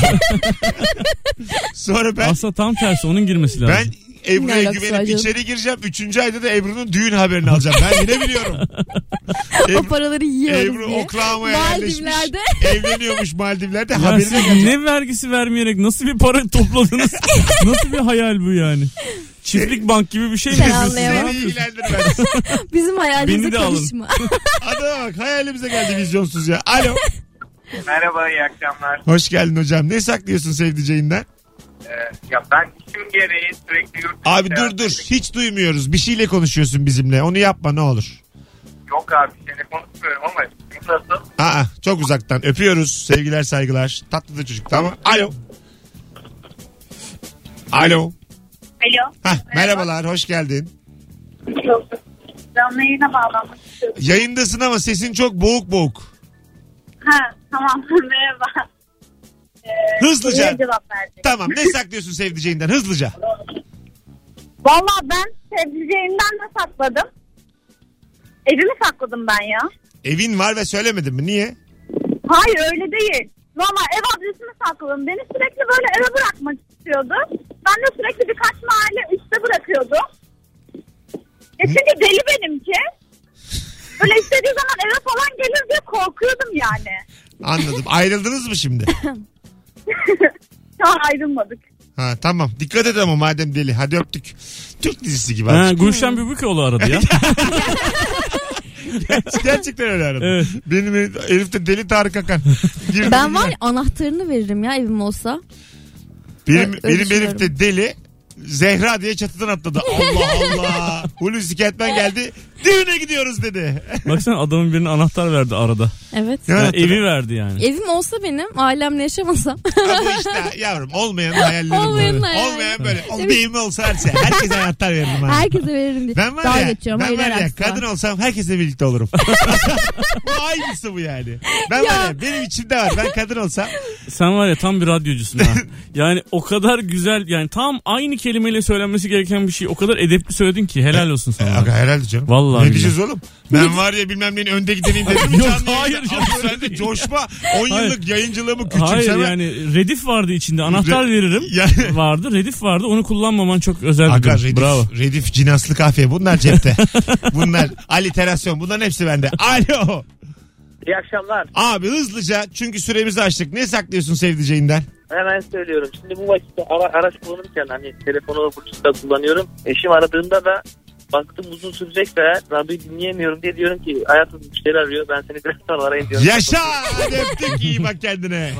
Speaker 2: Sonra ben
Speaker 4: Aslında tam tersi onun girmesi lazım.
Speaker 2: ben Ebru'ya
Speaker 3: Ne alakası var
Speaker 2: güvenip
Speaker 3: canım?
Speaker 2: içeri gireceğim. Üçüncü ayda da Ebru'nun düğün haberini alacağım. Ben yine biliyorum.
Speaker 3: o
Speaker 2: Ebru,
Speaker 3: paraları yiyoruz
Speaker 2: Ebru
Speaker 3: diye.
Speaker 2: Oklahoma'ya yerleşmiş.
Speaker 3: Maldivler'de.
Speaker 2: Evleniyormuş Maldivler'de.
Speaker 4: Ya
Speaker 2: Haberini
Speaker 4: siz ne vergisi vermeyerek nasıl bir para topladınız? nasıl bir hayal bu yani? Çiftlik bank gibi bir şey mi?
Speaker 3: Ben
Speaker 4: yapıyorsunuz?
Speaker 3: anlayamam.
Speaker 4: Ne
Speaker 2: Seni
Speaker 4: yapıyorsunuz?
Speaker 2: ilgilendirmez.
Speaker 3: Bizim hayalimize
Speaker 4: Beni de alın.
Speaker 3: karışma.
Speaker 2: Adama bak hayalimize geldi vizyonsuz ya. Alo.
Speaker 5: Merhaba iyi akşamlar. Ee,
Speaker 2: Hoş geldin hocam. Ne saklıyorsun sevdiceğinden?
Speaker 5: ya ben işim gereği sürekli yurt
Speaker 2: Abi dur dur. Hiç duymuyoruz. Bir şeyle konuşuyorsun bizimle. Onu yapma ne olur.
Speaker 5: Yok abi seni konuşmuyorum ama nasıl?
Speaker 2: Aa çok uzaktan. Öpüyoruz. Sevgiler saygılar. Tatlı da çocuk tamam. Alo. Alo.
Speaker 7: Alo.
Speaker 2: Hah, merhabalar hoş geldin.
Speaker 7: Canlı yayına bağlanmak istiyorum.
Speaker 2: Yayındasın ama sesin çok boğuk boğuk.
Speaker 7: Ha tamam merhaba.
Speaker 2: Hızlıca.
Speaker 7: Niye cevap verdin?
Speaker 2: Tamam ne saklıyorsun sevdiceğinden hızlıca.
Speaker 7: Valla ben sevdiceğimden de sakladım. Evimi sakladım ben ya.
Speaker 2: Evin var ve söylemedin mi niye?
Speaker 7: Hayır öyle değil. Valla ev adresimi sakladım. Beni sürekli böyle eve bırakmak istiyordu. Ben de sürekli birkaç mahalle üstte bırakıyordu. E çünkü deli benimki. Böyle istediği zaman eve falan gelir diye korkuyordum yani.
Speaker 2: Anladım. Ayrıldınız mı şimdi?
Speaker 7: Şu an ayrılmadık.
Speaker 2: Ha tamam. Dikkat et ama madem deli. Hadi öptük. Türk dizisi gibi.
Speaker 4: Ha,
Speaker 2: Ha,
Speaker 4: Gülşen Bubikoğlu aradı ya.
Speaker 2: Gerçekten öyle aradım.
Speaker 4: Evet.
Speaker 2: Benim Elif de deli Tarık Akan. Girdi
Speaker 3: Ben
Speaker 2: bir-
Speaker 3: var ya anahtarını veririm ya evim olsa.
Speaker 2: Benim,
Speaker 3: Ö- öyle
Speaker 2: benim Elif de
Speaker 3: düşünüyorum.
Speaker 2: deli. Zehra diye çatıdan atladı. Allah Allah. Hulusi Kentmen geldi. Düğüne gidiyoruz dedi.
Speaker 4: Baksana adamın birine anahtar verdi arada.
Speaker 3: Evet.
Speaker 2: Ya,
Speaker 4: Yani evi verdi yani.
Speaker 3: Evim olsa benim ailemle yaşamasam.
Speaker 2: Ha, bu işte yavrum olmayan hayallerim.
Speaker 3: Olmayan
Speaker 2: var.
Speaker 3: hayal.
Speaker 2: Olmayan böyle. Ol, benim olsa her şey. Herkese hayatlar veririm. ha.
Speaker 3: Herkese veririm diye.
Speaker 2: Ben var
Speaker 3: Dalga
Speaker 2: ya,
Speaker 3: geçiyorum.
Speaker 2: ben
Speaker 3: Hayır,
Speaker 2: var ya
Speaker 3: alakası var.
Speaker 2: kadın olsam herkesle birlikte olurum. bu aynısı bu yani. Ben
Speaker 3: Ya.
Speaker 2: var ya, benim içimde var. Ben kadın olsam
Speaker 4: Sen var ya tam bir radyocusun ha. Yani o kadar güzel yani tam aynı kelimeyle söylenmesi gereken bir şey o kadar edepli söyledin ki helal olsun
Speaker 2: E,
Speaker 4: sana.
Speaker 2: aga, herhalde canım.
Speaker 4: Vallahi
Speaker 2: ne
Speaker 4: billahi.
Speaker 2: diyeceğiz oğlum? Ben var ya bilmem neyin önde gideneyim dedim.
Speaker 4: Yok,
Speaker 2: Canlı yayında.
Speaker 4: hayır canım,
Speaker 2: Abi, sen de
Speaker 4: hayır.
Speaker 2: coşma. 10
Speaker 4: Hayır.
Speaker 2: yıllık yayıncılığımı küçümseme.
Speaker 4: Hayır yani redif vardı içinde anahtar
Speaker 2: Re-
Speaker 4: veririm
Speaker 2: Yani-
Speaker 4: vardı redif vardı onu kullanmaman çok özel bir
Speaker 2: Aga
Speaker 4: durum.
Speaker 2: redif,
Speaker 4: Bravo.
Speaker 2: redif cinaslı kahve bunlar cepte. bunlar aliterasyon bunların hepsi bende. Alo.
Speaker 9: İyi akşamlar.
Speaker 2: Abi hızlıca çünkü süremizi açtık. Ne saklıyorsun sevdiceğinden?
Speaker 9: Hemen söylüyorum. Şimdi bu vakitte ara, araç kullanırken hani telefonu da kullanıyorum. Eşim aradığında da baktım uzun sürecek ve radyoyu dinleyemiyorum diye diyorum ki hayatım bir şeyler arıyor. Ben seni biraz sonra arayayım diyorum.
Speaker 2: Yaşa. Hadi öptük iyi bak kendine.